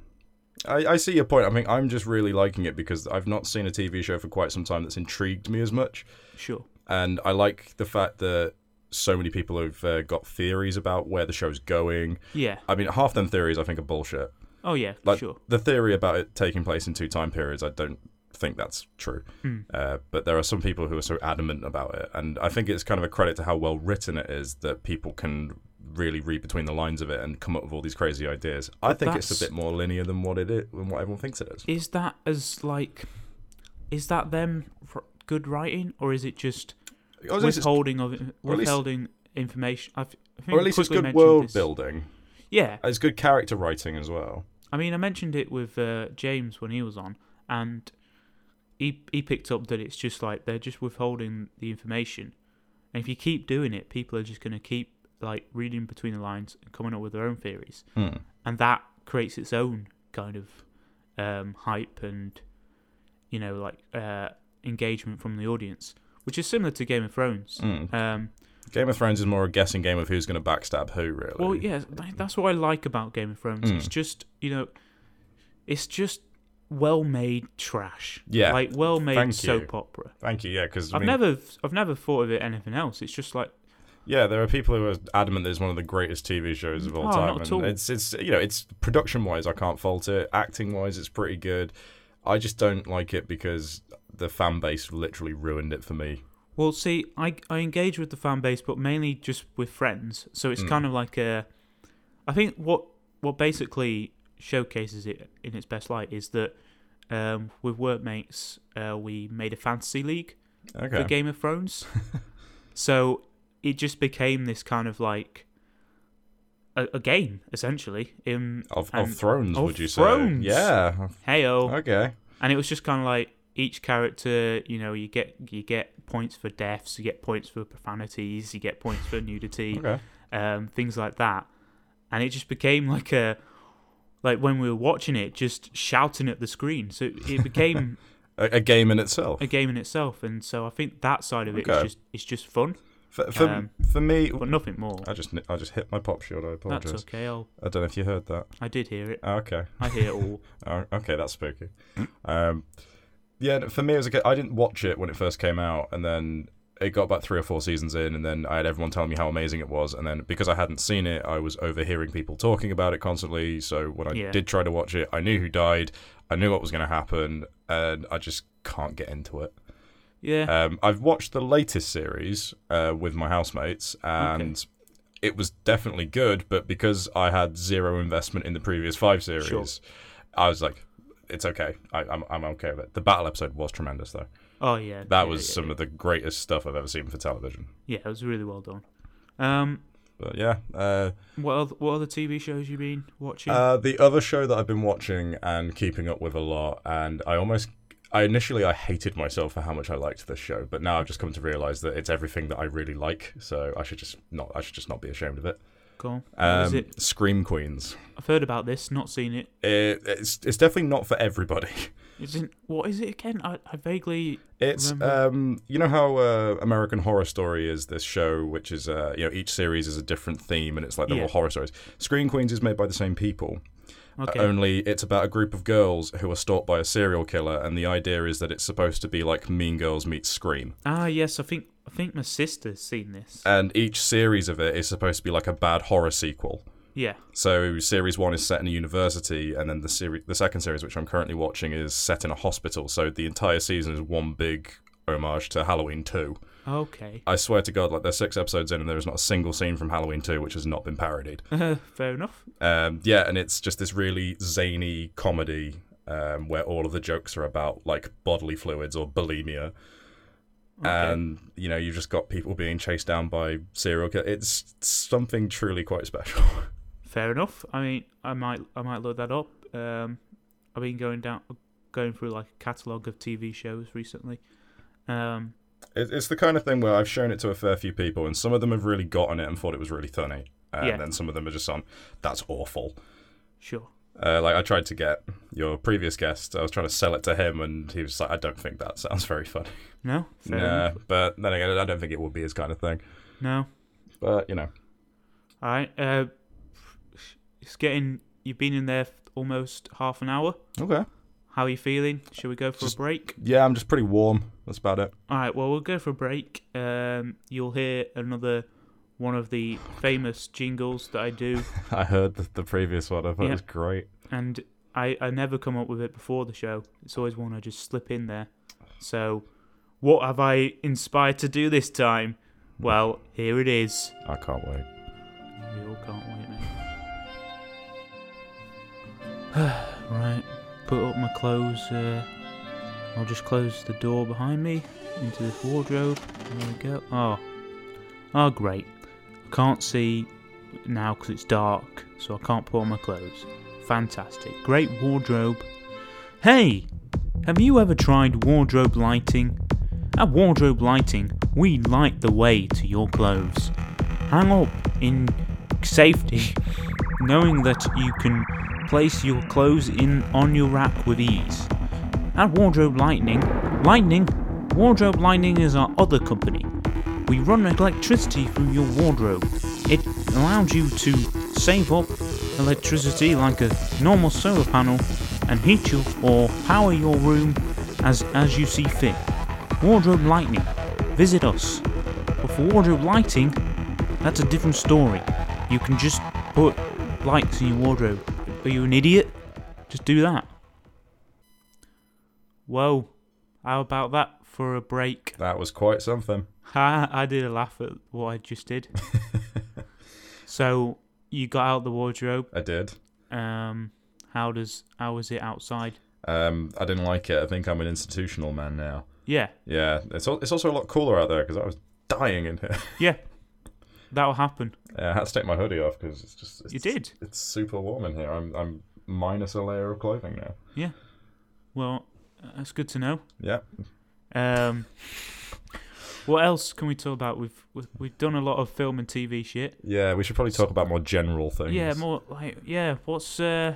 Speaker 2: I, I see your point. I mean, I'm just really liking it because I've not seen a TV show for quite some time that's intrigued me as much.
Speaker 1: Sure.
Speaker 2: and I like the fact that so many people have uh, got theories about where the show's going.
Speaker 1: Yeah.
Speaker 2: I mean, half them theories I think are bullshit.
Speaker 1: Oh yeah.
Speaker 2: Like
Speaker 1: sure.
Speaker 2: the theory about it taking place in two time periods, I don't think that's true.
Speaker 1: Hmm.
Speaker 2: Uh, but there are some people who are so adamant about it, and I think it's kind of a credit to how well written it is that people can really read between the lines of it and come up with all these crazy ideas. I think it's a
Speaker 1: that's-
Speaker 2: bit more linear than what it is, than what everyone thinks it is.
Speaker 1: Is that as like, is that them r- good writing or is it just
Speaker 2: Or at least it's,
Speaker 1: withholding of
Speaker 2: or at least-
Speaker 1: withholding information? I've, I think
Speaker 2: or
Speaker 1: we
Speaker 2: at least it's
Speaker 1: quickly
Speaker 2: good
Speaker 1: mentioned
Speaker 2: world
Speaker 1: this.
Speaker 2: building.
Speaker 1: Yeah.
Speaker 2: It's good character writing as well.
Speaker 1: I mean, I mentioned it with uh, James when he was on, and he he picked up that it's just like they're just withholding the information, and if you keep doing it, people are just gonna keep like reading between the lines and coming up with their own theories,
Speaker 2: Hmm.
Speaker 1: and that creates its own kind of um, hype and you know like uh, engagement from the audience, which is similar to Game of Thrones.
Speaker 2: Mm.
Speaker 1: Um,
Speaker 2: Game of Thrones is more a guessing game of who's going to backstab who, really.
Speaker 1: well, yeah, tha- that's what I like about Game of Thrones. It's
Speaker 2: Mm.
Speaker 1: just you know, it's just well-made trash.
Speaker 2: Yeah.
Speaker 1: like well-made
Speaker 2: Thank you.
Speaker 1: soap opera.
Speaker 2: Thank you. Yeah, because
Speaker 1: I've never, I've never thought of it anything else. It's just like
Speaker 2: Yeah, there are people who are adamant that it's one of the greatest TV shows of all
Speaker 1: Oh,
Speaker 2: time.
Speaker 1: not at
Speaker 2: and
Speaker 1: all.
Speaker 2: It's it's you know it's production wise I can't fault it. Acting wise it's pretty good. I just don't like it because the fan base literally ruined it for me.
Speaker 1: Well, see, I, I engage with the fan base, but mainly just with friends. So
Speaker 2: Mm.
Speaker 1: it's kind of like a. I think what what basically showcases it in its best light is that um, with workmates uh, we made a fantasy league
Speaker 2: Okay.
Speaker 1: for Game of Thrones. so it just became this kind of like a, a game essentially. Um, In
Speaker 2: of,
Speaker 1: and-
Speaker 2: of Thrones,
Speaker 1: of
Speaker 2: would you
Speaker 1: Thrones.
Speaker 2: say? Yeah.
Speaker 1: heyo,
Speaker 2: Okay.
Speaker 1: and it was just kind of like each character you know you get you get points for deaths you get points for profanities you get points for nudity
Speaker 2: Okay.
Speaker 1: um, things like that and it just became like a like when we were watching it just shouting at the screen so it, it became
Speaker 2: A, a game in itself.
Speaker 1: a game in itself and so i think that side of it is
Speaker 2: Okay.
Speaker 1: just it's just fun
Speaker 2: For for,
Speaker 1: um,
Speaker 2: for me,
Speaker 1: but nothing more
Speaker 2: I just I just hit my pop shield. I
Speaker 1: that's
Speaker 2: apologize.
Speaker 1: okay I'll,
Speaker 2: I don't know if you heard that.
Speaker 1: i did hear it
Speaker 2: Okay.
Speaker 1: i hear it all
Speaker 2: Oh, okay, that's spooky. Um, yeah, no, for me, it was like I didn't watch it when it first came out, and then it got about three or four seasons in, and then I had everyone telling me how amazing it was, and then because I hadn't seen it, I was overhearing people talking about it constantly. So when I
Speaker 1: Yeah.
Speaker 2: did try to watch it, I knew who died, I knew what was going to happen, and I just can't get into it.
Speaker 1: yeah
Speaker 2: Um, I've watched the latest series uh, with my housemates, and it was definitely good. But because I had zero investment in the previous five series,
Speaker 1: Sure.
Speaker 2: I was like, "It's okay. I, I'm I'm okay with it." The battle episode was tremendous, though.
Speaker 1: oh yeah
Speaker 2: That
Speaker 1: yeah,
Speaker 2: was
Speaker 1: yeah,
Speaker 2: some of the greatest stuff I've ever seen for television.
Speaker 1: yeah it was really well done um
Speaker 2: But yeah, uh,
Speaker 1: what other, what other tv shows you been watching
Speaker 2: Uh, the other show that I've been watching and keeping up with a lot, and I almost, I initially I hated myself for how much I liked this show, but now I've just come to realize that it's everything that I really like. So I should just not, I should just not be ashamed of it.
Speaker 1: Go on. What is
Speaker 2: Um,
Speaker 1: it?
Speaker 2: Scream Queens.
Speaker 1: I've heard about this, not seen it.
Speaker 2: It, it's it's definitely not for everybody.
Speaker 1: It's in, what is it again? I, I vaguely.
Speaker 2: It's
Speaker 1: Remember-
Speaker 2: um, you know how uh, American Horror Story is this show, which is uh, you know each series is a different theme, and it's like the
Speaker 1: Yeah.
Speaker 2: whole horror stories. Scream Queens is made by the same people,
Speaker 1: Okay.
Speaker 2: Only it's about a group of girls who are stalked by a serial killer, and the idea is that it's supposed to be like Mean Girls meets Scream.
Speaker 1: ah, yes. I think I think my sister's seen this.
Speaker 2: And each series of it is supposed to be like a bad horror sequel.
Speaker 1: yeah.
Speaker 2: So series one is set in a university, and then the series, the second series, which I'm currently watching, is set in a hospital. So the entire season is one big homage to Halloween two.
Speaker 1: Okay.
Speaker 2: I swear to God, like there's six episodes in, and there is not a single scene from Halloween two which has not been parodied.
Speaker 1: Fair enough.
Speaker 2: Um, yeah, and it's just this really zany comedy um, where all of the jokes are about like bodily fluids or bulimia,
Speaker 1: Okay.
Speaker 2: and you know you've just got people being chased down by serial killers. It's something truly quite special.
Speaker 1: Fair enough. I mean, I might I might load that up. Um, I've been going down going through like a catalogue of TV shows recently. Um,
Speaker 2: It- it's the kind of thing where I've shown it to a fair few people, and some of them have really gotten it and thought it was really funny, and
Speaker 1: Yeah.
Speaker 2: then some of them are just on, "That's awful."
Speaker 1: sure.
Speaker 2: Uh, like I tried to get your previous guest, I was trying to sell it to him, and he was like, "I don't think that sounds very funny."
Speaker 1: No. Fair
Speaker 2: Nah,
Speaker 1: enough.
Speaker 2: but then again, I don't think it would be his kind of thing.
Speaker 1: No.
Speaker 2: But you know.
Speaker 1: All right. Uh, it's getting. You've been in there f- almost half an hour.
Speaker 2: Okay.
Speaker 1: How are you feeling? Shall we go for
Speaker 2: Just-
Speaker 1: a break?
Speaker 2: Yeah, I'm just pretty warm. That's about it.
Speaker 1: All right, well, we'll go for a break. Um, you'll hear another one of the famous jingles that I do,
Speaker 2: I heard the, the previous one. I thought
Speaker 1: Yeah.
Speaker 2: it was great.
Speaker 1: and I, I never come up with it before the show. It's always one I just slip in there. So, what have I inspired to do this time? Well, here it is.
Speaker 2: I can't wait.
Speaker 1: We all can't wait, mate. right, put up my clothes. Uh, I'll just close the door behind me into this wardrobe. There we go. Oh, oh, great. I can't see now because it's dark, so I can't put on my clothes. Fantastic. Great wardrobe. Hey, have you ever tried wardrobe lighting? At Wardrobe Lighting, we light the way to your clothes hang up in safety knowing that you can place your clothes in on your rack with ease. And Wardrobe Lightning, Lightning, Wardrobe Lightning is our other company. We run electricity through your wardrobe. It allows you to save up electricity like a normal solar panel and heat your or power your room as as you see fit. Wardrobe Lightning, visit us. But for wardrobe lighting, that's a different story. You can just put lights in your wardrobe. Are you an idiot? Just do that. Whoa, how about that for a break?
Speaker 2: That was quite something.
Speaker 1: Ha, I did a laugh at what I just did. so you got out the wardrobe.
Speaker 2: I did.
Speaker 1: Um, how does how is it outside?
Speaker 2: Um, I didn't like it. I think I'm an institutional man now.
Speaker 1: Yeah,
Speaker 2: Yeah, it's al- it's also a lot cooler out there because I was dying in here.
Speaker 1: yeah, that'll happen.
Speaker 2: Yeah, I had to take my hoodie off because it's just it's,
Speaker 1: You did.
Speaker 2: It's super warm in here. I'm I'm minus a layer of clothing now.
Speaker 1: Yeah. Well, that's good to know.
Speaker 2: Yeah,
Speaker 1: Um, what else can we talk about? We've we've- we've done a lot of film and TV shit.
Speaker 2: yeah. We should probably talk about more general things.
Speaker 1: Yeah, more like yeah. What's uh,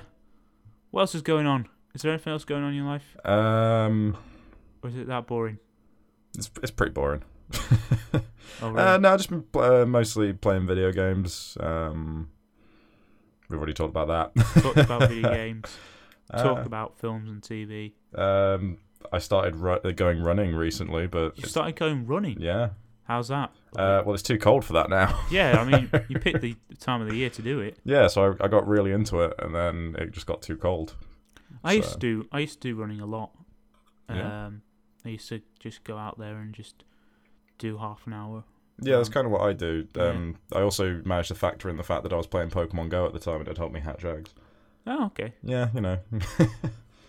Speaker 1: what else is going on? Is there anything else going on in your life,
Speaker 2: Um,
Speaker 1: or is it that boring?
Speaker 2: it's it's pretty boring.
Speaker 1: Oh, really?
Speaker 2: Uh, no, I've just been pl- uh, mostly playing video games. Um, we've already talked about that.
Speaker 1: talk about video games. Talk
Speaker 2: Uh,
Speaker 1: about films and TV.
Speaker 2: Um, I started ru- uh, going running recently, but
Speaker 1: You
Speaker 2: it's-
Speaker 1: started going running.
Speaker 2: yeah.
Speaker 1: How's that?
Speaker 2: Uh, well, it's too cold for that now.
Speaker 1: yeah, I mean, you picked the time of the year to do it.
Speaker 2: yeah, so I, I got really into it, and then it just got too cold.
Speaker 1: I used
Speaker 2: So-
Speaker 1: to do I used to do running a lot. Um,
Speaker 2: Yeah.
Speaker 1: I used to just go out there and just do half an hour.
Speaker 2: Yeah, that's
Speaker 1: Um,
Speaker 2: kind of what I do. Um, I also managed to factor in the fact that I was playing Pokemon Go at the time, and it helped me hatch eggs.
Speaker 1: Oh, okay,
Speaker 2: Yeah, you know,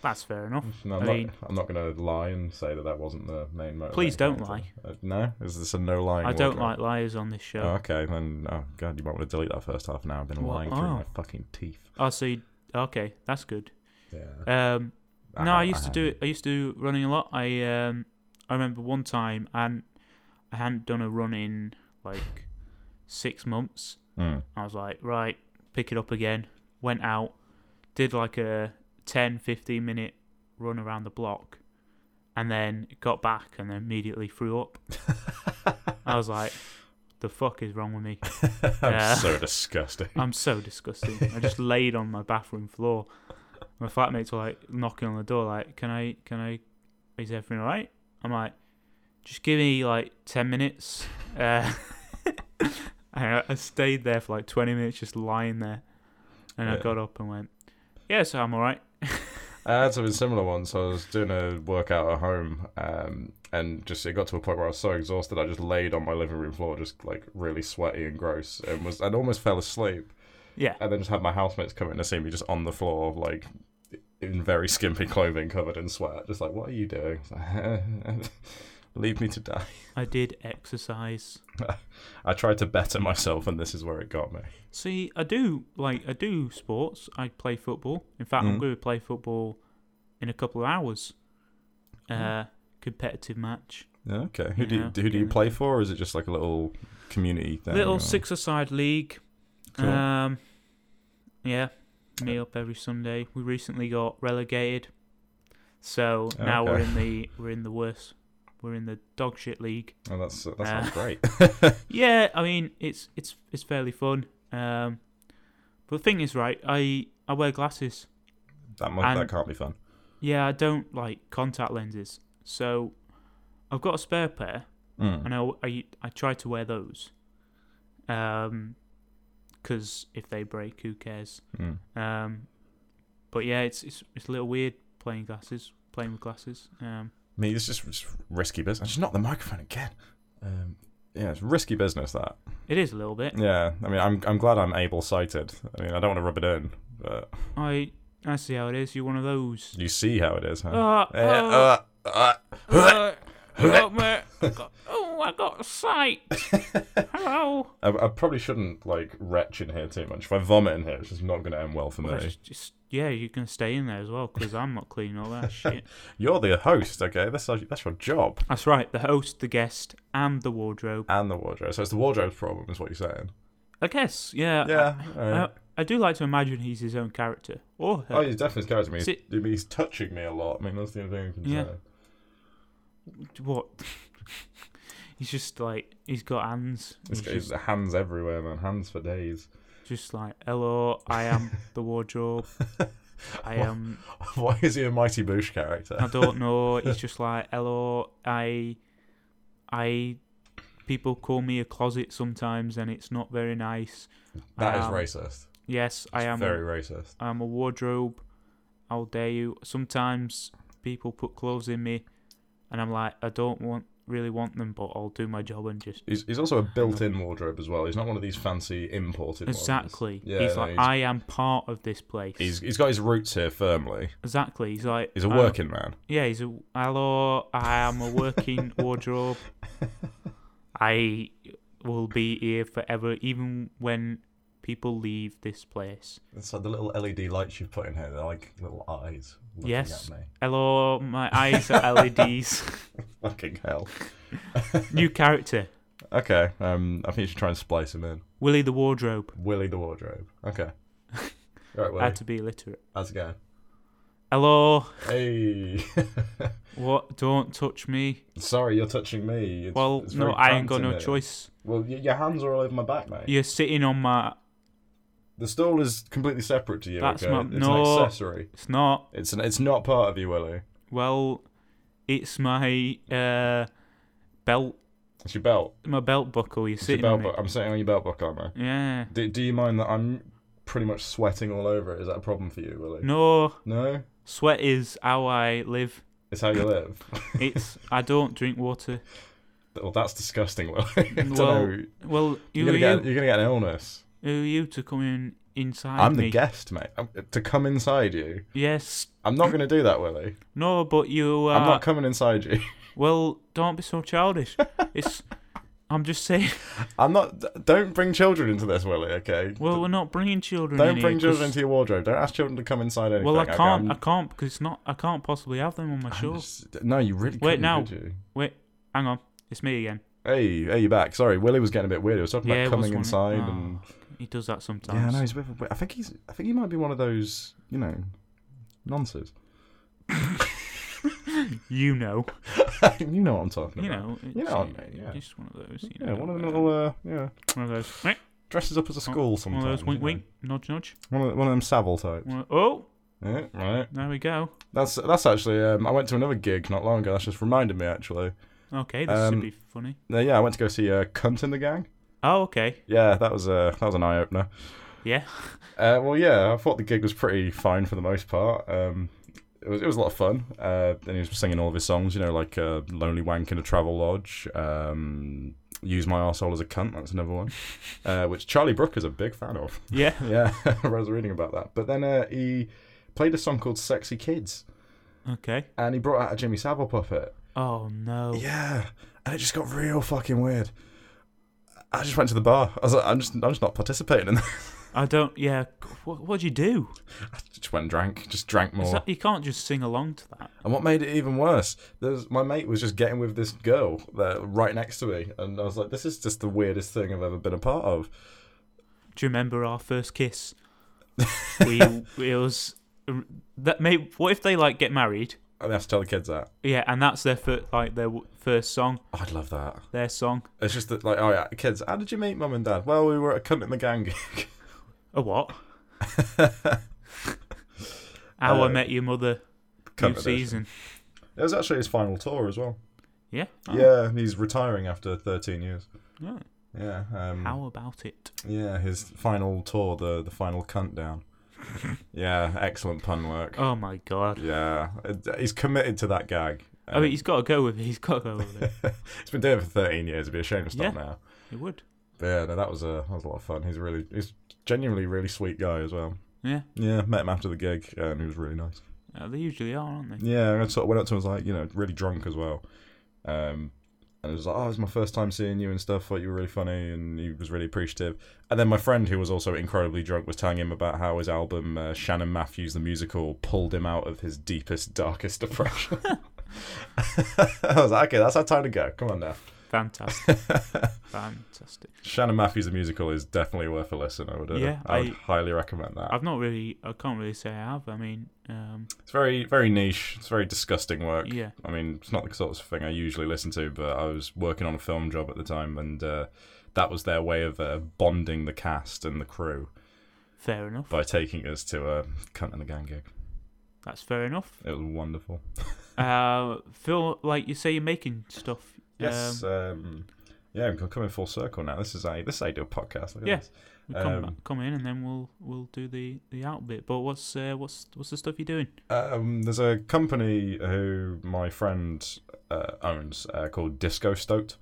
Speaker 1: that's fair enough.
Speaker 2: No,
Speaker 1: I
Speaker 2: I'm,
Speaker 1: mean-
Speaker 2: not, I'm not going to lie and say that that wasn't the main motive.
Speaker 1: Please don't lie.
Speaker 2: Uh, no, is this a no lying?
Speaker 1: I don't like
Speaker 2: workout?
Speaker 1: liars on this show.
Speaker 2: Oh, okay, then. Oh god, you might want to delete that first half an hour. I've been
Speaker 1: What?
Speaker 2: lying through my
Speaker 1: Oh.
Speaker 2: fucking teeth.
Speaker 1: oh, so you, okay, that's good.
Speaker 2: Yeah.
Speaker 1: Um, no, I used to do it. I used to do running a lot. I um, I remember one time and I hadn't done a run in like six months.
Speaker 2: Mm.
Speaker 1: I was like, right, pick it up again. Went out, did like a 10, 15 minute run around the block, and then got back and then immediately threw up. I was like, the fuck is wrong with me?
Speaker 2: I'm
Speaker 1: Yeah.
Speaker 2: so disgusting.
Speaker 1: I'm so disgusting. I just laid on my bathroom floor. My flatmates were like knocking on the door, like, "Can I? Can I? Is everything all right?" I'm like, "Just give me like ten minutes." Uh, and I, I stayed there for like twenty minutes, just lying there. And I
Speaker 2: Yeah.
Speaker 1: got up and went, "Yeah, so I'm all right."
Speaker 2: I had something similar once. I was doing a workout at home, um, and just it got to a point where I was so exhausted, I just laid on my living room floor, just like really sweaty and gross, and was and almost fell asleep.
Speaker 1: Yeah,
Speaker 2: And then just had my housemates come in and see me just on the floor, like in very skimpy clothing, covered in sweat. Just like, what are you doing? Leave me to die.
Speaker 1: I did exercise.
Speaker 2: I tried to better myself, and this is where it got me.
Speaker 1: See, I do like I do sports. I play football. In fact, I'm
Speaker 2: Mm.
Speaker 1: going to play football in a couple of hours.
Speaker 2: Mm.
Speaker 1: Uh, competitive match,
Speaker 2: Yeah, Okay. Who do you,
Speaker 1: Yeah,
Speaker 2: who do you
Speaker 1: yeah.
Speaker 2: play for? Or is it just like a little community thing?
Speaker 1: little
Speaker 2: or-
Speaker 1: six-a-side league.
Speaker 2: Cool.
Speaker 1: Um, yeah, me up every Sunday. We recently got relegated, so now we're
Speaker 2: Okay.
Speaker 1: in the we're in the worst. We're in the dog shit league.
Speaker 2: Oh, that's that
Speaker 1: Uh,
Speaker 2: sounds great.
Speaker 1: Yeah, I mean it's it's it's fairly fun. Um, but the thing is, right? I I wear glasses.
Speaker 2: That mu-
Speaker 1: and-
Speaker 2: that can't be fun.
Speaker 1: Yeah, I don't like contact lenses. So I've got a spare pair,
Speaker 2: Mm.
Speaker 1: and I I, I try to wear those. Um, because if they break, who cares?
Speaker 2: Mm.
Speaker 1: Um, but yeah, it's it's it's a little weird playing glasses, playing with glasses. Um,
Speaker 2: Me, it's just, just risky business. Just not the microphone again. Um, yeah, it's risky business that.
Speaker 1: it is a little bit.
Speaker 2: Yeah, I mean, I'm I'm glad I'm able sighted. I mean, I don't want to rub it in, but
Speaker 1: I I see how it is. You're one of those.
Speaker 2: you see how it is, huh?
Speaker 1: Ah,
Speaker 2: Eh,
Speaker 1: ah,
Speaker 2: uh, uh.
Speaker 1: ah, help me. I got- Oh, I got sight. Hello.
Speaker 2: I, I probably shouldn't like retch in here too much. If I vomit in here, it's just not going to end well for me.
Speaker 1: Well, that's just yeah, you can stay in there as well because I'm not cleaning all that shit.
Speaker 2: You're the host, okay? That's that's your job.
Speaker 1: That's right. The host, the guest, and the wardrobe.
Speaker 2: and the wardrobe. So it's the wardrobe's problem, is what you're saying.
Speaker 1: I guess. Yeah.
Speaker 2: Yeah.
Speaker 1: I, I,
Speaker 2: alright.
Speaker 1: I do like to imagine he's his own character or her.
Speaker 2: Oh, he's definitely scared me. He's,
Speaker 1: Sit-
Speaker 2: I mean, he's touching me a lot. I mean, that's the only thing I can
Speaker 1: Yeah.
Speaker 2: say.
Speaker 1: What? he's just like he's got hands.
Speaker 2: This
Speaker 1: He's
Speaker 2: guy's
Speaker 1: just,
Speaker 2: hands everywhere, man. Hands for days.
Speaker 1: just like hello, I am the wardrobe. I am.
Speaker 2: Why is he a Mighty Boosh character?
Speaker 1: I don't know. He's just like hello, I, I. People call me a closet sometimes, and it's not very nice.
Speaker 2: That is
Speaker 1: Um,
Speaker 2: racist.
Speaker 1: Yes, I
Speaker 2: It's
Speaker 1: am.
Speaker 2: very racist.
Speaker 1: I'm a wardrobe. How dare you? Sometimes people put clothes in me, and I'm like, I don't want really want them, but I'll do my job and just
Speaker 2: He's, he's also a built-in wardrobe as well. He's not one of these fancy imported ones.
Speaker 1: exactly.
Speaker 2: Yeah,
Speaker 1: he's
Speaker 2: no,
Speaker 1: like,
Speaker 2: he's-
Speaker 1: I am part of this place.
Speaker 2: He's he's got his roots here firmly.
Speaker 1: exactly. He's like,
Speaker 2: He's a
Speaker 1: "I'm-
Speaker 2: working man.
Speaker 1: Yeah, he's a hello. I am a working wardrobe. I will be here forever, even when people leave this place.
Speaker 2: It's like the little LED lights you put in here. They're like little eyes.
Speaker 1: looking Yes. at me. Hello, my eyes are E LEDs.
Speaker 2: Fucking hell.
Speaker 1: New character,
Speaker 2: Okay. Um, I think you should try and splice him in.
Speaker 1: Willy the wardrobe.
Speaker 2: Willy the wardrobe. Okay. Right,
Speaker 1: I
Speaker 2: Willy.
Speaker 1: had to be illiterate.
Speaker 2: How's it going?
Speaker 1: Hello,
Speaker 2: Hey.
Speaker 1: what? Don't touch me.
Speaker 2: Sorry, you're touching me. It's,
Speaker 1: Well,
Speaker 2: it's
Speaker 1: no,
Speaker 2: very
Speaker 1: I ain't got
Speaker 2: cramped in
Speaker 1: no
Speaker 2: here.
Speaker 1: choice.
Speaker 2: Well, y- your hands are all over my back, mate.
Speaker 1: You're sitting on my.
Speaker 2: The stool is completely separate to you.
Speaker 1: That's
Speaker 2: okay?
Speaker 1: my-
Speaker 2: It's
Speaker 1: no.
Speaker 2: an accessory.
Speaker 1: It's not.
Speaker 2: It's an, it's not part of you, Willy.
Speaker 1: Well, it's my uh, belt.
Speaker 2: It's your belt.
Speaker 1: My belt buckle. You're
Speaker 2: It's your
Speaker 1: sitting
Speaker 2: belt
Speaker 1: on
Speaker 2: buckle. I'm sitting on your belt buckle, aren't I?
Speaker 1: it. Yeah.
Speaker 2: Do, do you mind that I'm pretty much sweating all over it? Is that a problem for you, Willie?
Speaker 1: No,
Speaker 2: No?
Speaker 1: sweat is how I live.
Speaker 2: It's how you live.
Speaker 1: It's I don't drink water.
Speaker 2: well, that's disgusting, Willie. I don't
Speaker 1: Well,
Speaker 2: know.
Speaker 1: Well,
Speaker 2: You're
Speaker 1: who are
Speaker 2: gonna, get,
Speaker 1: you?
Speaker 2: you're gonna get an illness.
Speaker 1: Who are you to come in inside
Speaker 2: I'm the
Speaker 1: me?
Speaker 2: guest, mate. I'm, to come inside you,
Speaker 1: Yes.
Speaker 2: I'm not gonna do that, Willie.
Speaker 1: No, but you are.
Speaker 2: I'm not coming inside you.
Speaker 1: Well, don't be so childish. it's. I'm just saying.
Speaker 2: I'm not. d- Don't bring children into this, Willie. Okay.
Speaker 1: Well, we're not bringing children. in
Speaker 2: don't
Speaker 1: here
Speaker 2: bring
Speaker 1: 'cause-
Speaker 2: children into your wardrobe. Don't ask children to come inside anything.
Speaker 1: Well, I
Speaker 2: okay?
Speaker 1: can't.
Speaker 2: I'm-
Speaker 1: I can't because it's not. I can't possibly have them on my
Speaker 2: I'm
Speaker 1: show.
Speaker 2: just- no, you really.
Speaker 1: Wait,
Speaker 2: couldn't,
Speaker 1: now.
Speaker 2: could you?
Speaker 1: Wait, hang on. It's me again.
Speaker 2: Hey, hey, you back? Sorry, Willie was getting a bit weird. He was talking
Speaker 1: yeah, it
Speaker 2: about
Speaker 1: was
Speaker 2: coming
Speaker 1: one-
Speaker 2: inside
Speaker 1: oh,
Speaker 2: and.
Speaker 1: he does that sometimes.
Speaker 2: Yeah, I know. He's a bit of a- I think he's. I think he might be one of those, you know, nonsense.
Speaker 1: You know.
Speaker 2: you know what I'm talking
Speaker 1: You
Speaker 2: about.
Speaker 1: know.
Speaker 2: You
Speaker 1: it's,
Speaker 2: know what I mean, yeah.
Speaker 1: Just one of those. You
Speaker 2: yeah,
Speaker 1: know,
Speaker 2: one of
Speaker 1: uh,
Speaker 2: them little. Uh, yeah,
Speaker 1: One of those. meh,
Speaker 2: dresses up as a school
Speaker 1: One
Speaker 2: sometimes.
Speaker 1: of those. Wink,
Speaker 2: you know.
Speaker 1: wink. Nudge, nudge.
Speaker 2: One of, one of them Savile types.
Speaker 1: One of- oh,
Speaker 2: Yeah, right.
Speaker 1: there we go.
Speaker 2: That's that's actually. Um, I went to another gig not long ago. That's just reminded me actually.
Speaker 1: Okay, this
Speaker 2: Um,
Speaker 1: should be funny.
Speaker 2: Uh, yeah, I went to go see uh, Cunt in the Gang.
Speaker 1: Oh, okay.
Speaker 2: Yeah, that was uh, that was an eye opener.
Speaker 1: Yeah.
Speaker 2: Uh, well, yeah, I thought the gig was pretty fine for the most part. Um, it was it was a lot of fun. Uh, and he was singing all of his songs, you know, like uh, "Lonely Wank in a Travel Lodge," um, "Use My Arsehole as a Cunt." That's another one, uh, which Charlie Brooker's a big fan of.
Speaker 1: Yeah.
Speaker 2: Yeah, I was reading about that. But then uh, he played a song called "Sexy Kids,"
Speaker 1: Okay.
Speaker 2: and he brought out a Jimmy Savile puppet.
Speaker 1: Oh no.
Speaker 2: Yeah, and it just got real fucking weird. I just went to the bar. I was like, I'm just, I'm just not participating in that.
Speaker 1: I don't. Yeah. What? What'd you do?
Speaker 2: I just went and drank, just drank more.
Speaker 1: Is that, you can't just sing along to that.
Speaker 2: And what made it even worse, there was, my mate was just getting with this girl there, right next to me, and I was like, "This is just the weirdest thing I've ever been a part of."
Speaker 1: Do you remember our first kiss? we it was um, that may what if they like get married?
Speaker 2: And I have to tell the kids that.
Speaker 1: Yeah, and that's their fir- like their w- first song,
Speaker 2: I'd love that.
Speaker 1: their song.
Speaker 2: It's just that, like, oh yeah, kids, how did you meet mum and dad? Well, we were at a cunt in the gang. gig."
Speaker 1: A what? How
Speaker 2: Uh,
Speaker 1: I Met Your Mother
Speaker 2: Cunt
Speaker 1: new
Speaker 2: edition.
Speaker 1: season.
Speaker 2: It was actually his final tour as well.
Speaker 1: Yeah. Oh,
Speaker 2: Yeah, he's retiring after 13 years.
Speaker 1: yeah.
Speaker 2: Yeah. Um,
Speaker 1: How about it?
Speaker 2: Yeah, his final tour, the the final cunt down. yeah, excellent pun work.
Speaker 1: Oh my god.
Speaker 2: Yeah, it- he's committed to that gag.
Speaker 1: I mean, he's got to go with it. He's got to go with it.
Speaker 2: He's been doing it for 13 years. It'd be a shame to stop
Speaker 1: Yeah.
Speaker 2: now.
Speaker 1: He would.
Speaker 2: But yeah, no, that was a that was a lot of fun. He's really he's genuinely a really sweet guy as well.
Speaker 1: Yeah.
Speaker 2: Yeah, met him after the gig and he was really nice.
Speaker 1: Uh, they usually are, aren't they?
Speaker 2: Yeah, and I sort of went up to him and was like, you know, really drunk as well. Um, and it was like, oh, it's my first time seeing you and stuff. Thought you were really funny, and he was really appreciative. And then my friend, who was also incredibly drunk, was telling him about how his album uh, Shannon Matthews the Musical pulled him out of his deepest, darkest depression. I was like, okay, that's our time to go. Come on now.
Speaker 1: Fantastic. Fantastic.
Speaker 2: Shannon Matthews the musical is definitely worth a listen. I would, uh,
Speaker 1: Yeah,
Speaker 2: I would
Speaker 1: I-
Speaker 2: highly recommend that.
Speaker 1: I've not really, I can't really say I have. I mean, um,
Speaker 2: It's very very niche. It's very disgusting work.
Speaker 1: yeah.
Speaker 2: I mean, it's not the sort of thing I usually listen to, but I was working on a film job at the time, and uh, that was their way of uh, bonding the cast and the crew
Speaker 1: Fair enough.
Speaker 2: by taking us to a cunt and the gang gig.
Speaker 1: That's fair enough.
Speaker 2: It was wonderful.
Speaker 1: Uh, Phil, like you say, you're making stuff.
Speaker 2: Yes.
Speaker 1: Um,
Speaker 2: Um, yeah, I'm coming full circle now. This is a this is how you do a podcast. Look at
Speaker 1: Yeah.
Speaker 2: this.
Speaker 1: we come,
Speaker 2: um,
Speaker 1: back- come in and then we'll we'll do the the out bit. But what's uh, what's what's the stuff you're doing?
Speaker 2: Um, there's a company who my friend uh, owns uh, called Disco Stoked.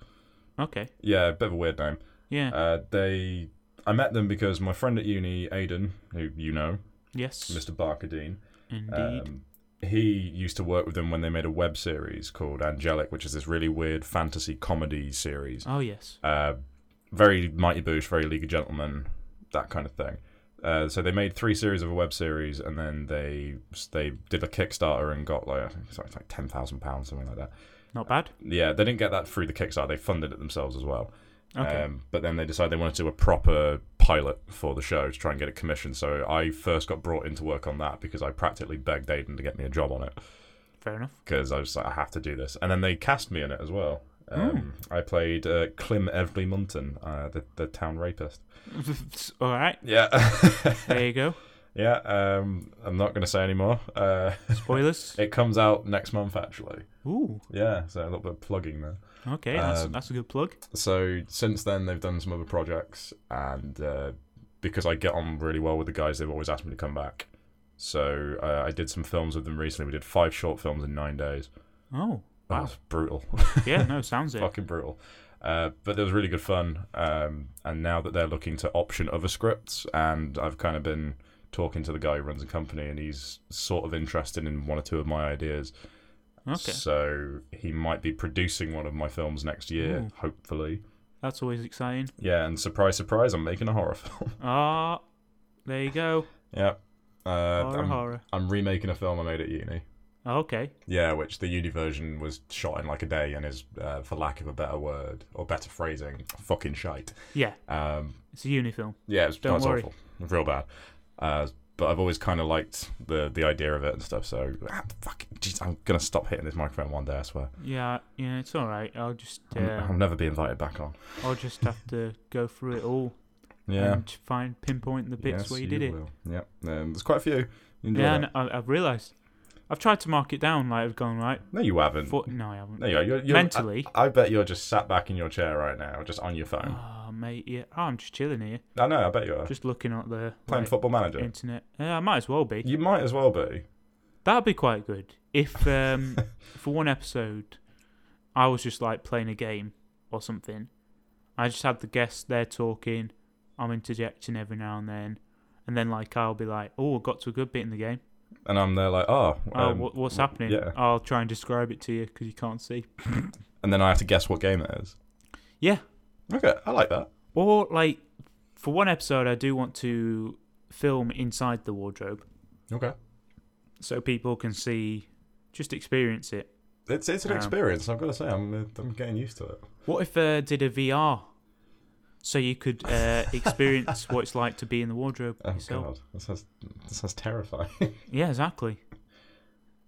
Speaker 1: Okay.
Speaker 2: Yeah, a bit of a weird name.
Speaker 1: Yeah.
Speaker 2: Uh, they, I met them because my friend at uni, Aidan, who you know,
Speaker 1: yes.
Speaker 2: Mr. Barker Dean,
Speaker 1: Indeed.
Speaker 2: um, he used to work with them when they made a web series called Angelic, which is this really weird fantasy comedy series.
Speaker 1: oh yes.
Speaker 2: Uh, very Mighty Boosh, very League of Gentlemen, that kind of thing. Uh, so they made three series of a web series, and then they they did a Kickstarter and got like I think it's like- it's like ten thousand pounds, something like that.
Speaker 1: Not bad.
Speaker 2: Yeah, they didn't get that through the Kickstarter; they funded it themselves as well.
Speaker 1: Okay.
Speaker 2: Um, but then they decided they wanted to do a proper pilot for the show to try and get it commissioned. So I first got brought in to work on that because I practically begged Aiden to get me a job on it
Speaker 1: fair enough.
Speaker 2: because I was like, I have to do this. And then they cast me in it as well. Um, I played uh, Clem Evely Munton, uh, the, the town rapist.
Speaker 1: All right.
Speaker 2: Yeah.
Speaker 1: There you go.
Speaker 2: yeah, um, I'm not going to say anymore. Uh,
Speaker 1: Spoilers.
Speaker 2: it comes out next month, actually.
Speaker 1: Ooh.
Speaker 2: Yeah, so a little bit of plugging there.
Speaker 1: Okay. That's
Speaker 2: Um,
Speaker 1: that's a good plug.
Speaker 2: so since then they've done some other projects and uh, because i get on really well with the guys they've always asked me to come back so uh, i did some films with them recently we did five short films in nine days
Speaker 1: Oh. Wow.
Speaker 2: that's brutal
Speaker 1: Yeah. No. Sounds it.
Speaker 2: fucking brutal uh, but it was really good fun um, and now that they're looking to option other scripts and i've kind of been talking to the guy who runs the company and he's sort of interested in one or two of my ideas
Speaker 1: Okay.
Speaker 2: so he might be producing one of my films next year
Speaker 1: Ooh.
Speaker 2: hopefully
Speaker 1: That's always exciting.
Speaker 2: yeah, and surprise, surprise, I'm making a horror film.
Speaker 1: Ah. there you go.
Speaker 2: yeah. Uh,
Speaker 1: horror,
Speaker 2: I'm,
Speaker 1: horror.
Speaker 2: I'm remaking a film I made at uni.
Speaker 1: Okay.
Speaker 2: Yeah, which the uni version was shot in like a day and is, uh, for lack of a better word or better phrasing, fucking shite.
Speaker 1: Yeah.
Speaker 2: Um,
Speaker 1: It's a uni film.
Speaker 2: yeah, it's,
Speaker 1: Don't
Speaker 2: it's
Speaker 1: worry.
Speaker 2: awful. Real bad. Uh, but I've always kind of liked the, the idea of it and stuff, so ah, fuck, jeez, I'm going to stop hitting this microphone one day, I swear.
Speaker 1: Yeah. Yeah. It's all right. I'll just.
Speaker 2: I'm-
Speaker 1: Uh,
Speaker 2: I'll never be invited back on.
Speaker 1: I'll just have to go through it all
Speaker 2: Yeah.
Speaker 1: and find pinpoint the bits
Speaker 2: yes,
Speaker 1: where you did it.
Speaker 2: will. Yep. Um, there's quite a few. You enjoy
Speaker 1: Yeah,
Speaker 2: that.
Speaker 1: and I, I've realised. I've tried to mark it down. Like I've gone right.
Speaker 2: No, you haven't.
Speaker 1: For, no, I haven't.
Speaker 2: There you are. You're, uh, you're,
Speaker 1: Mentally,
Speaker 2: I bet you're just sat back in your chair right now, just on your phone.
Speaker 1: ah, mate. Yeah, oh, I'm just chilling here,
Speaker 2: I know, I bet you are.
Speaker 1: just looking at the
Speaker 2: Playing
Speaker 1: like,
Speaker 2: Football Manager.
Speaker 1: internet. Yeah, I might as well be.
Speaker 2: You might as well be.
Speaker 1: That'd be quite good if, um, for one episode, I was just like playing a game or something. I just had the guests there talking. I'm interjecting every now and then, and then like I'll be like, "Oh, I got to a good bit in the game."
Speaker 2: And I'm there like, oh.
Speaker 1: Oh,
Speaker 2: um,
Speaker 1: what, what's happening?
Speaker 2: yeah.
Speaker 1: I'll try and describe it to you because you can't see.
Speaker 2: And then I have to guess what game it is.
Speaker 1: Yeah.
Speaker 2: Okay, I like that.
Speaker 1: Or like, for one episode, I do want to film inside the wardrobe
Speaker 2: Okay.
Speaker 1: so people can see, just experience it.
Speaker 2: It's, it's an
Speaker 1: Um,
Speaker 2: experience, I've got to say. I'm, uh, I'm getting used to it.
Speaker 1: What if uh, did a VR, so you could uh, experience what it's like to be in the wardrobe
Speaker 2: Oh,
Speaker 1: yourself?
Speaker 2: God. That sounds, that sounds terrifying.
Speaker 1: Yeah, exactly.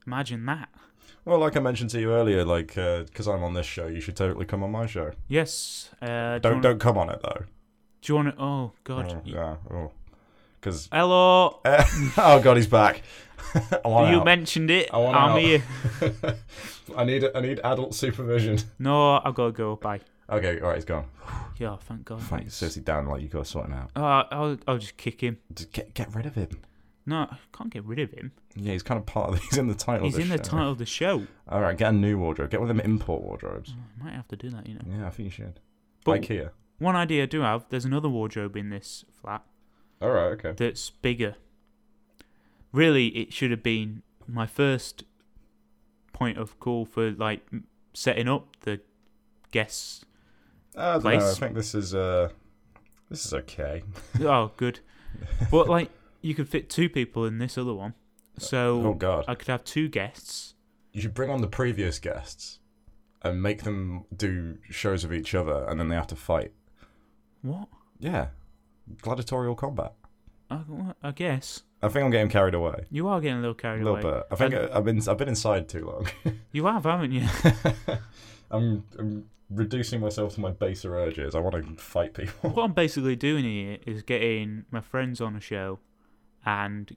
Speaker 1: Imagine that.
Speaker 2: well, like I mentioned to you earlier, like, because I'm on this show, you should totally come on my show.
Speaker 1: Yes. Uh,
Speaker 2: Don't
Speaker 1: do
Speaker 2: don't come on it, though.
Speaker 1: you want to? Oh God.
Speaker 2: Oh, yeah. Oh. Because.
Speaker 1: Hello.
Speaker 2: oh, God, he's back. I want
Speaker 1: you
Speaker 2: out.
Speaker 1: mentioned it.
Speaker 2: I want
Speaker 1: I'm
Speaker 2: out.
Speaker 1: here.
Speaker 2: I need I need adult supervision.
Speaker 1: No, I've got to go. Bye.
Speaker 2: Okay, all right, he's gone.
Speaker 1: Yeah, thank God.
Speaker 2: Right,
Speaker 1: It's-
Speaker 2: seriously, down like you got to sort him out.
Speaker 1: Oh, I'll, I'll just kick him.
Speaker 2: Just get get rid of him.
Speaker 1: No, I can't get rid of him.
Speaker 2: Yeah, he's kind of part of. He's in the title.
Speaker 1: He's
Speaker 2: of
Speaker 1: in
Speaker 2: this
Speaker 1: the
Speaker 2: show.
Speaker 1: title of the show.
Speaker 2: All right, get a new wardrobe. Get one of them import wardrobes.
Speaker 1: Oh, I might have to do that, you know.
Speaker 2: Yeah, I think you should.
Speaker 1: But-
Speaker 2: IKEA.
Speaker 1: One idea I do have there's another wardrobe in this flat
Speaker 2: All right, okay.
Speaker 1: that's bigger. Really, it should have been my first point of call for like m- setting up the guests.
Speaker 2: I don't know. I
Speaker 1: Place.
Speaker 2: think this is uh, this is okay.
Speaker 1: oh, good. But like, you could fit two people in this other one. So
Speaker 2: Oh God,
Speaker 1: I could have two guests.
Speaker 2: you should bring on the previous guests. and make them do shows of each other, and then they have to fight.
Speaker 1: What?
Speaker 2: Yeah, gladiatorial combat.
Speaker 1: I, what? I guess
Speaker 2: I think I'm getting carried away.
Speaker 1: you are getting a little carried
Speaker 2: A little
Speaker 1: away.
Speaker 2: bit. I think
Speaker 1: And-
Speaker 2: I, have been I've been inside too long.
Speaker 1: You have, haven't you?
Speaker 2: I'm, I'm reducing myself to my baser urges. I want to fight people.
Speaker 1: what I'm basically doing here is getting my friends on a show and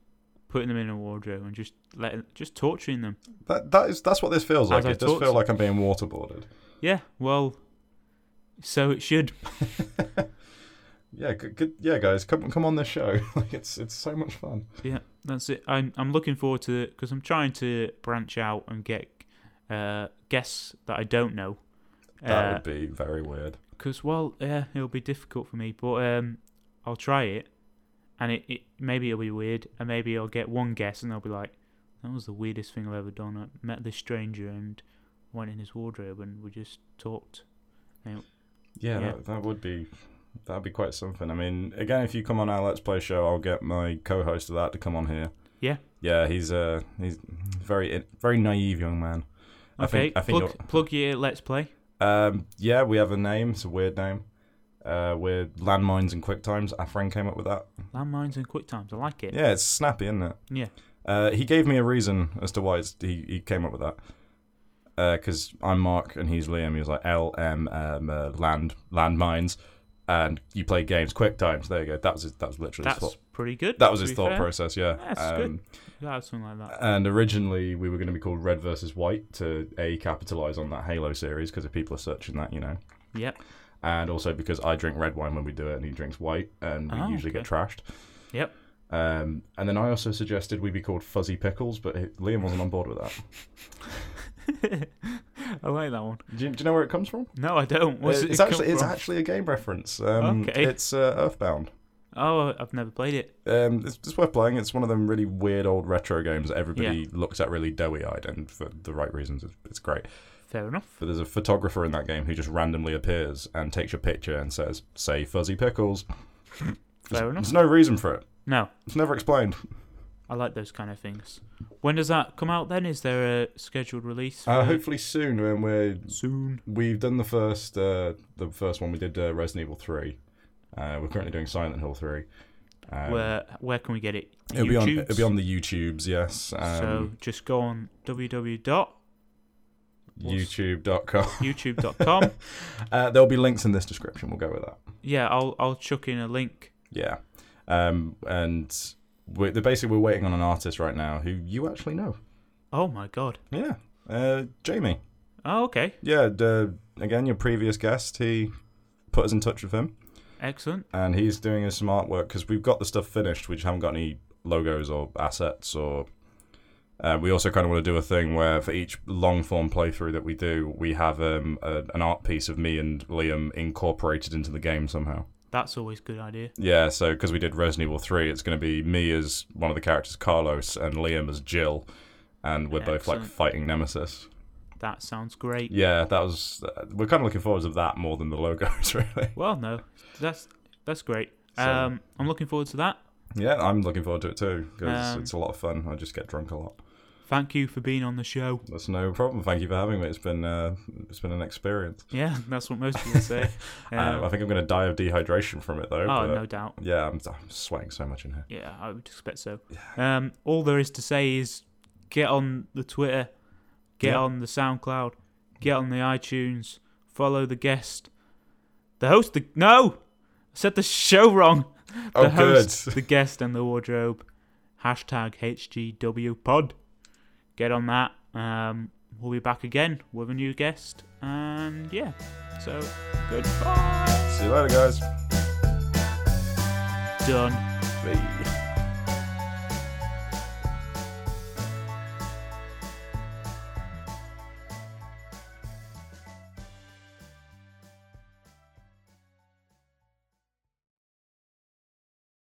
Speaker 1: putting them in a wardrobe and just letting, just torturing them.
Speaker 2: That that is that's what this feels like.
Speaker 1: As I
Speaker 2: It does
Speaker 1: talked-
Speaker 2: feel like I'm being waterboarded.
Speaker 1: Yeah, well, so it should.
Speaker 2: Yeah, good, good, yeah, guys, come come on this show. like it's it's so much fun.
Speaker 1: Yeah, that's it. I'm I'm looking forward to it because I'm trying to branch out and get uh, guests that I don't know.
Speaker 2: That would be very weird.
Speaker 1: Because well, yeah, it'll be difficult for me, but um, I'll try it, and it, it maybe it'll be weird, and maybe I'll get one guess, and they'll be like, "That was the weirdest thing I've ever done." I met this stranger and went in his wardrobe, and we just talked.
Speaker 2: Yeah,
Speaker 1: Yeah.
Speaker 2: That, that would be that'd be quite something. I mean, again, if you come on our Let's Play show, I'll get my co-host of that to come on here.
Speaker 1: Yeah.
Speaker 2: Yeah, he's uh he's very very naive young man.
Speaker 1: Okay,
Speaker 2: I think I think
Speaker 1: plug, plug your let's play.
Speaker 2: you'll- um yeah, we have a name. It's a weird name. Uh, we're landmines and quick times. Our friend came up with that.
Speaker 1: Landmines and quick times. I like it.
Speaker 2: Yeah, it's snappy, isn't it?
Speaker 1: Yeah.
Speaker 2: Uh, he gave me a reason as to why it's, he, he came up with that. Because I'm Mark and he's Liam. He was like L M um, uh, land landmines, and you play games quick times. There you go. That was his, that was literally
Speaker 1: That's
Speaker 2: his thought.
Speaker 1: pretty good.
Speaker 2: That was
Speaker 1: to
Speaker 2: his
Speaker 1: be
Speaker 2: thought
Speaker 1: fair.
Speaker 2: process. Yeah. Um,
Speaker 1: That's good. Yeah, something like that.
Speaker 2: And originally we were going to be called Red versus White to a capitalize on that Halo series because if people are searching that, you know,
Speaker 1: Yep.
Speaker 2: and also because I drink red wine when we do it and he drinks white, and we
Speaker 1: Oh,
Speaker 2: usually
Speaker 1: okay.
Speaker 2: get trashed.
Speaker 1: Yep.
Speaker 2: Um, and then I also suggested we be called Fuzzy Pickles, but he- Liam wasn't on board with that.
Speaker 1: I like that one.
Speaker 2: Do you, do you know where it comes from?
Speaker 1: No, I don't. What's
Speaker 2: Uh, it's
Speaker 1: it come
Speaker 2: actually it's
Speaker 1: from?
Speaker 2: actually a game reference. Um,
Speaker 1: Okay.
Speaker 2: It's uh, Earthbound.
Speaker 1: Oh, I've never played it.
Speaker 2: Um, it's, it's worth playing. It's one of them really weird old retro games that everybody looks at really doughy eyed, and for the right reasons, it's, it's great.
Speaker 1: Fair enough.
Speaker 2: But there's a photographer in that game who just randomly appears and takes your picture and says, "Say Fuzzy Pickles."
Speaker 1: Fair enough.
Speaker 2: There's no reason for it.
Speaker 1: No,
Speaker 2: It's never explained.
Speaker 1: I like those kind of things. When does that come out then? Is there a scheduled release?
Speaker 2: Uh,
Speaker 1: for-
Speaker 2: hopefully soon, when we're
Speaker 1: soon.
Speaker 2: We've done the first, uh, the first one. We did uh, Resident Evil three. Uh, we're currently doing Silent Hill three. Um,
Speaker 1: where where can we get it?
Speaker 2: it'll be on. It'll
Speaker 1: YouTubes?
Speaker 2: be on the YouTubes. Yes.
Speaker 1: so
Speaker 2: Um,
Speaker 1: just go on www.youtube.com.
Speaker 2: YouTube.com. Uh, there'll be links in this description. We'll go with that.
Speaker 1: yeah, I'll I'll chuck in a link.
Speaker 2: Yeah. Um, and we're, they're basically we're waiting on an artist right now who you actually know.
Speaker 1: Oh my god.
Speaker 2: Yeah. Uh, Jamie.
Speaker 1: Oh okay.
Speaker 2: Yeah. Uh, again, your previous guest. He put us in touch with him.
Speaker 1: Excellent.
Speaker 2: and he's doing us some artwork because we've got the stuff finished. We just haven't got any logos or assets, or uh, we also kind of want to do a thing where for each long form playthrough that we do, we have um, a, an art piece of me and Liam incorporated into the game somehow.
Speaker 1: That's always a good idea.
Speaker 2: Yeah, so because we did Resident Evil Three, it's going to be me as one of the characters, Carlos, and Liam as Jill, and we're both like
Speaker 1: Excellent.
Speaker 2: fighting Nemesis.
Speaker 1: That sounds great.
Speaker 2: Yeah, that was. Uh, we're kind of looking forward to that more than the logos, really.
Speaker 1: Well no. That's that's great.
Speaker 2: So-
Speaker 1: Um I'm looking forward to that.
Speaker 2: Yeah, I'm looking forward to it too because
Speaker 1: Um,
Speaker 2: it's a lot of fun. I just get drunk a lot.
Speaker 1: Thank you for being on the show.
Speaker 2: That's no problem. Thank you for having me. It's been uh, it's been an experience.
Speaker 1: Yeah, that's what most people say. Um,
Speaker 2: Um, I think I'm going to die of dehydration from it though.
Speaker 1: oh,
Speaker 2: but-
Speaker 1: no doubt.
Speaker 2: Yeah, I'm, I'm sweating so much in here.
Speaker 1: Yeah, I would expect so. Um, all there is to say is get on the Twitter, get
Speaker 2: Yeah.
Speaker 1: on the SoundCloud, get on the iTunes, follow the guest, the host. The no, I said the show wrong. The
Speaker 2: oh,
Speaker 1: host,
Speaker 2: good.
Speaker 1: the guest, and the wardrobe. Hashtag HGW Pod. Get on that. Um, we'll be back again with a new guest, and yeah. So goodbye.
Speaker 2: See you later, guys.
Speaker 1: Done.
Speaker 2: Bye.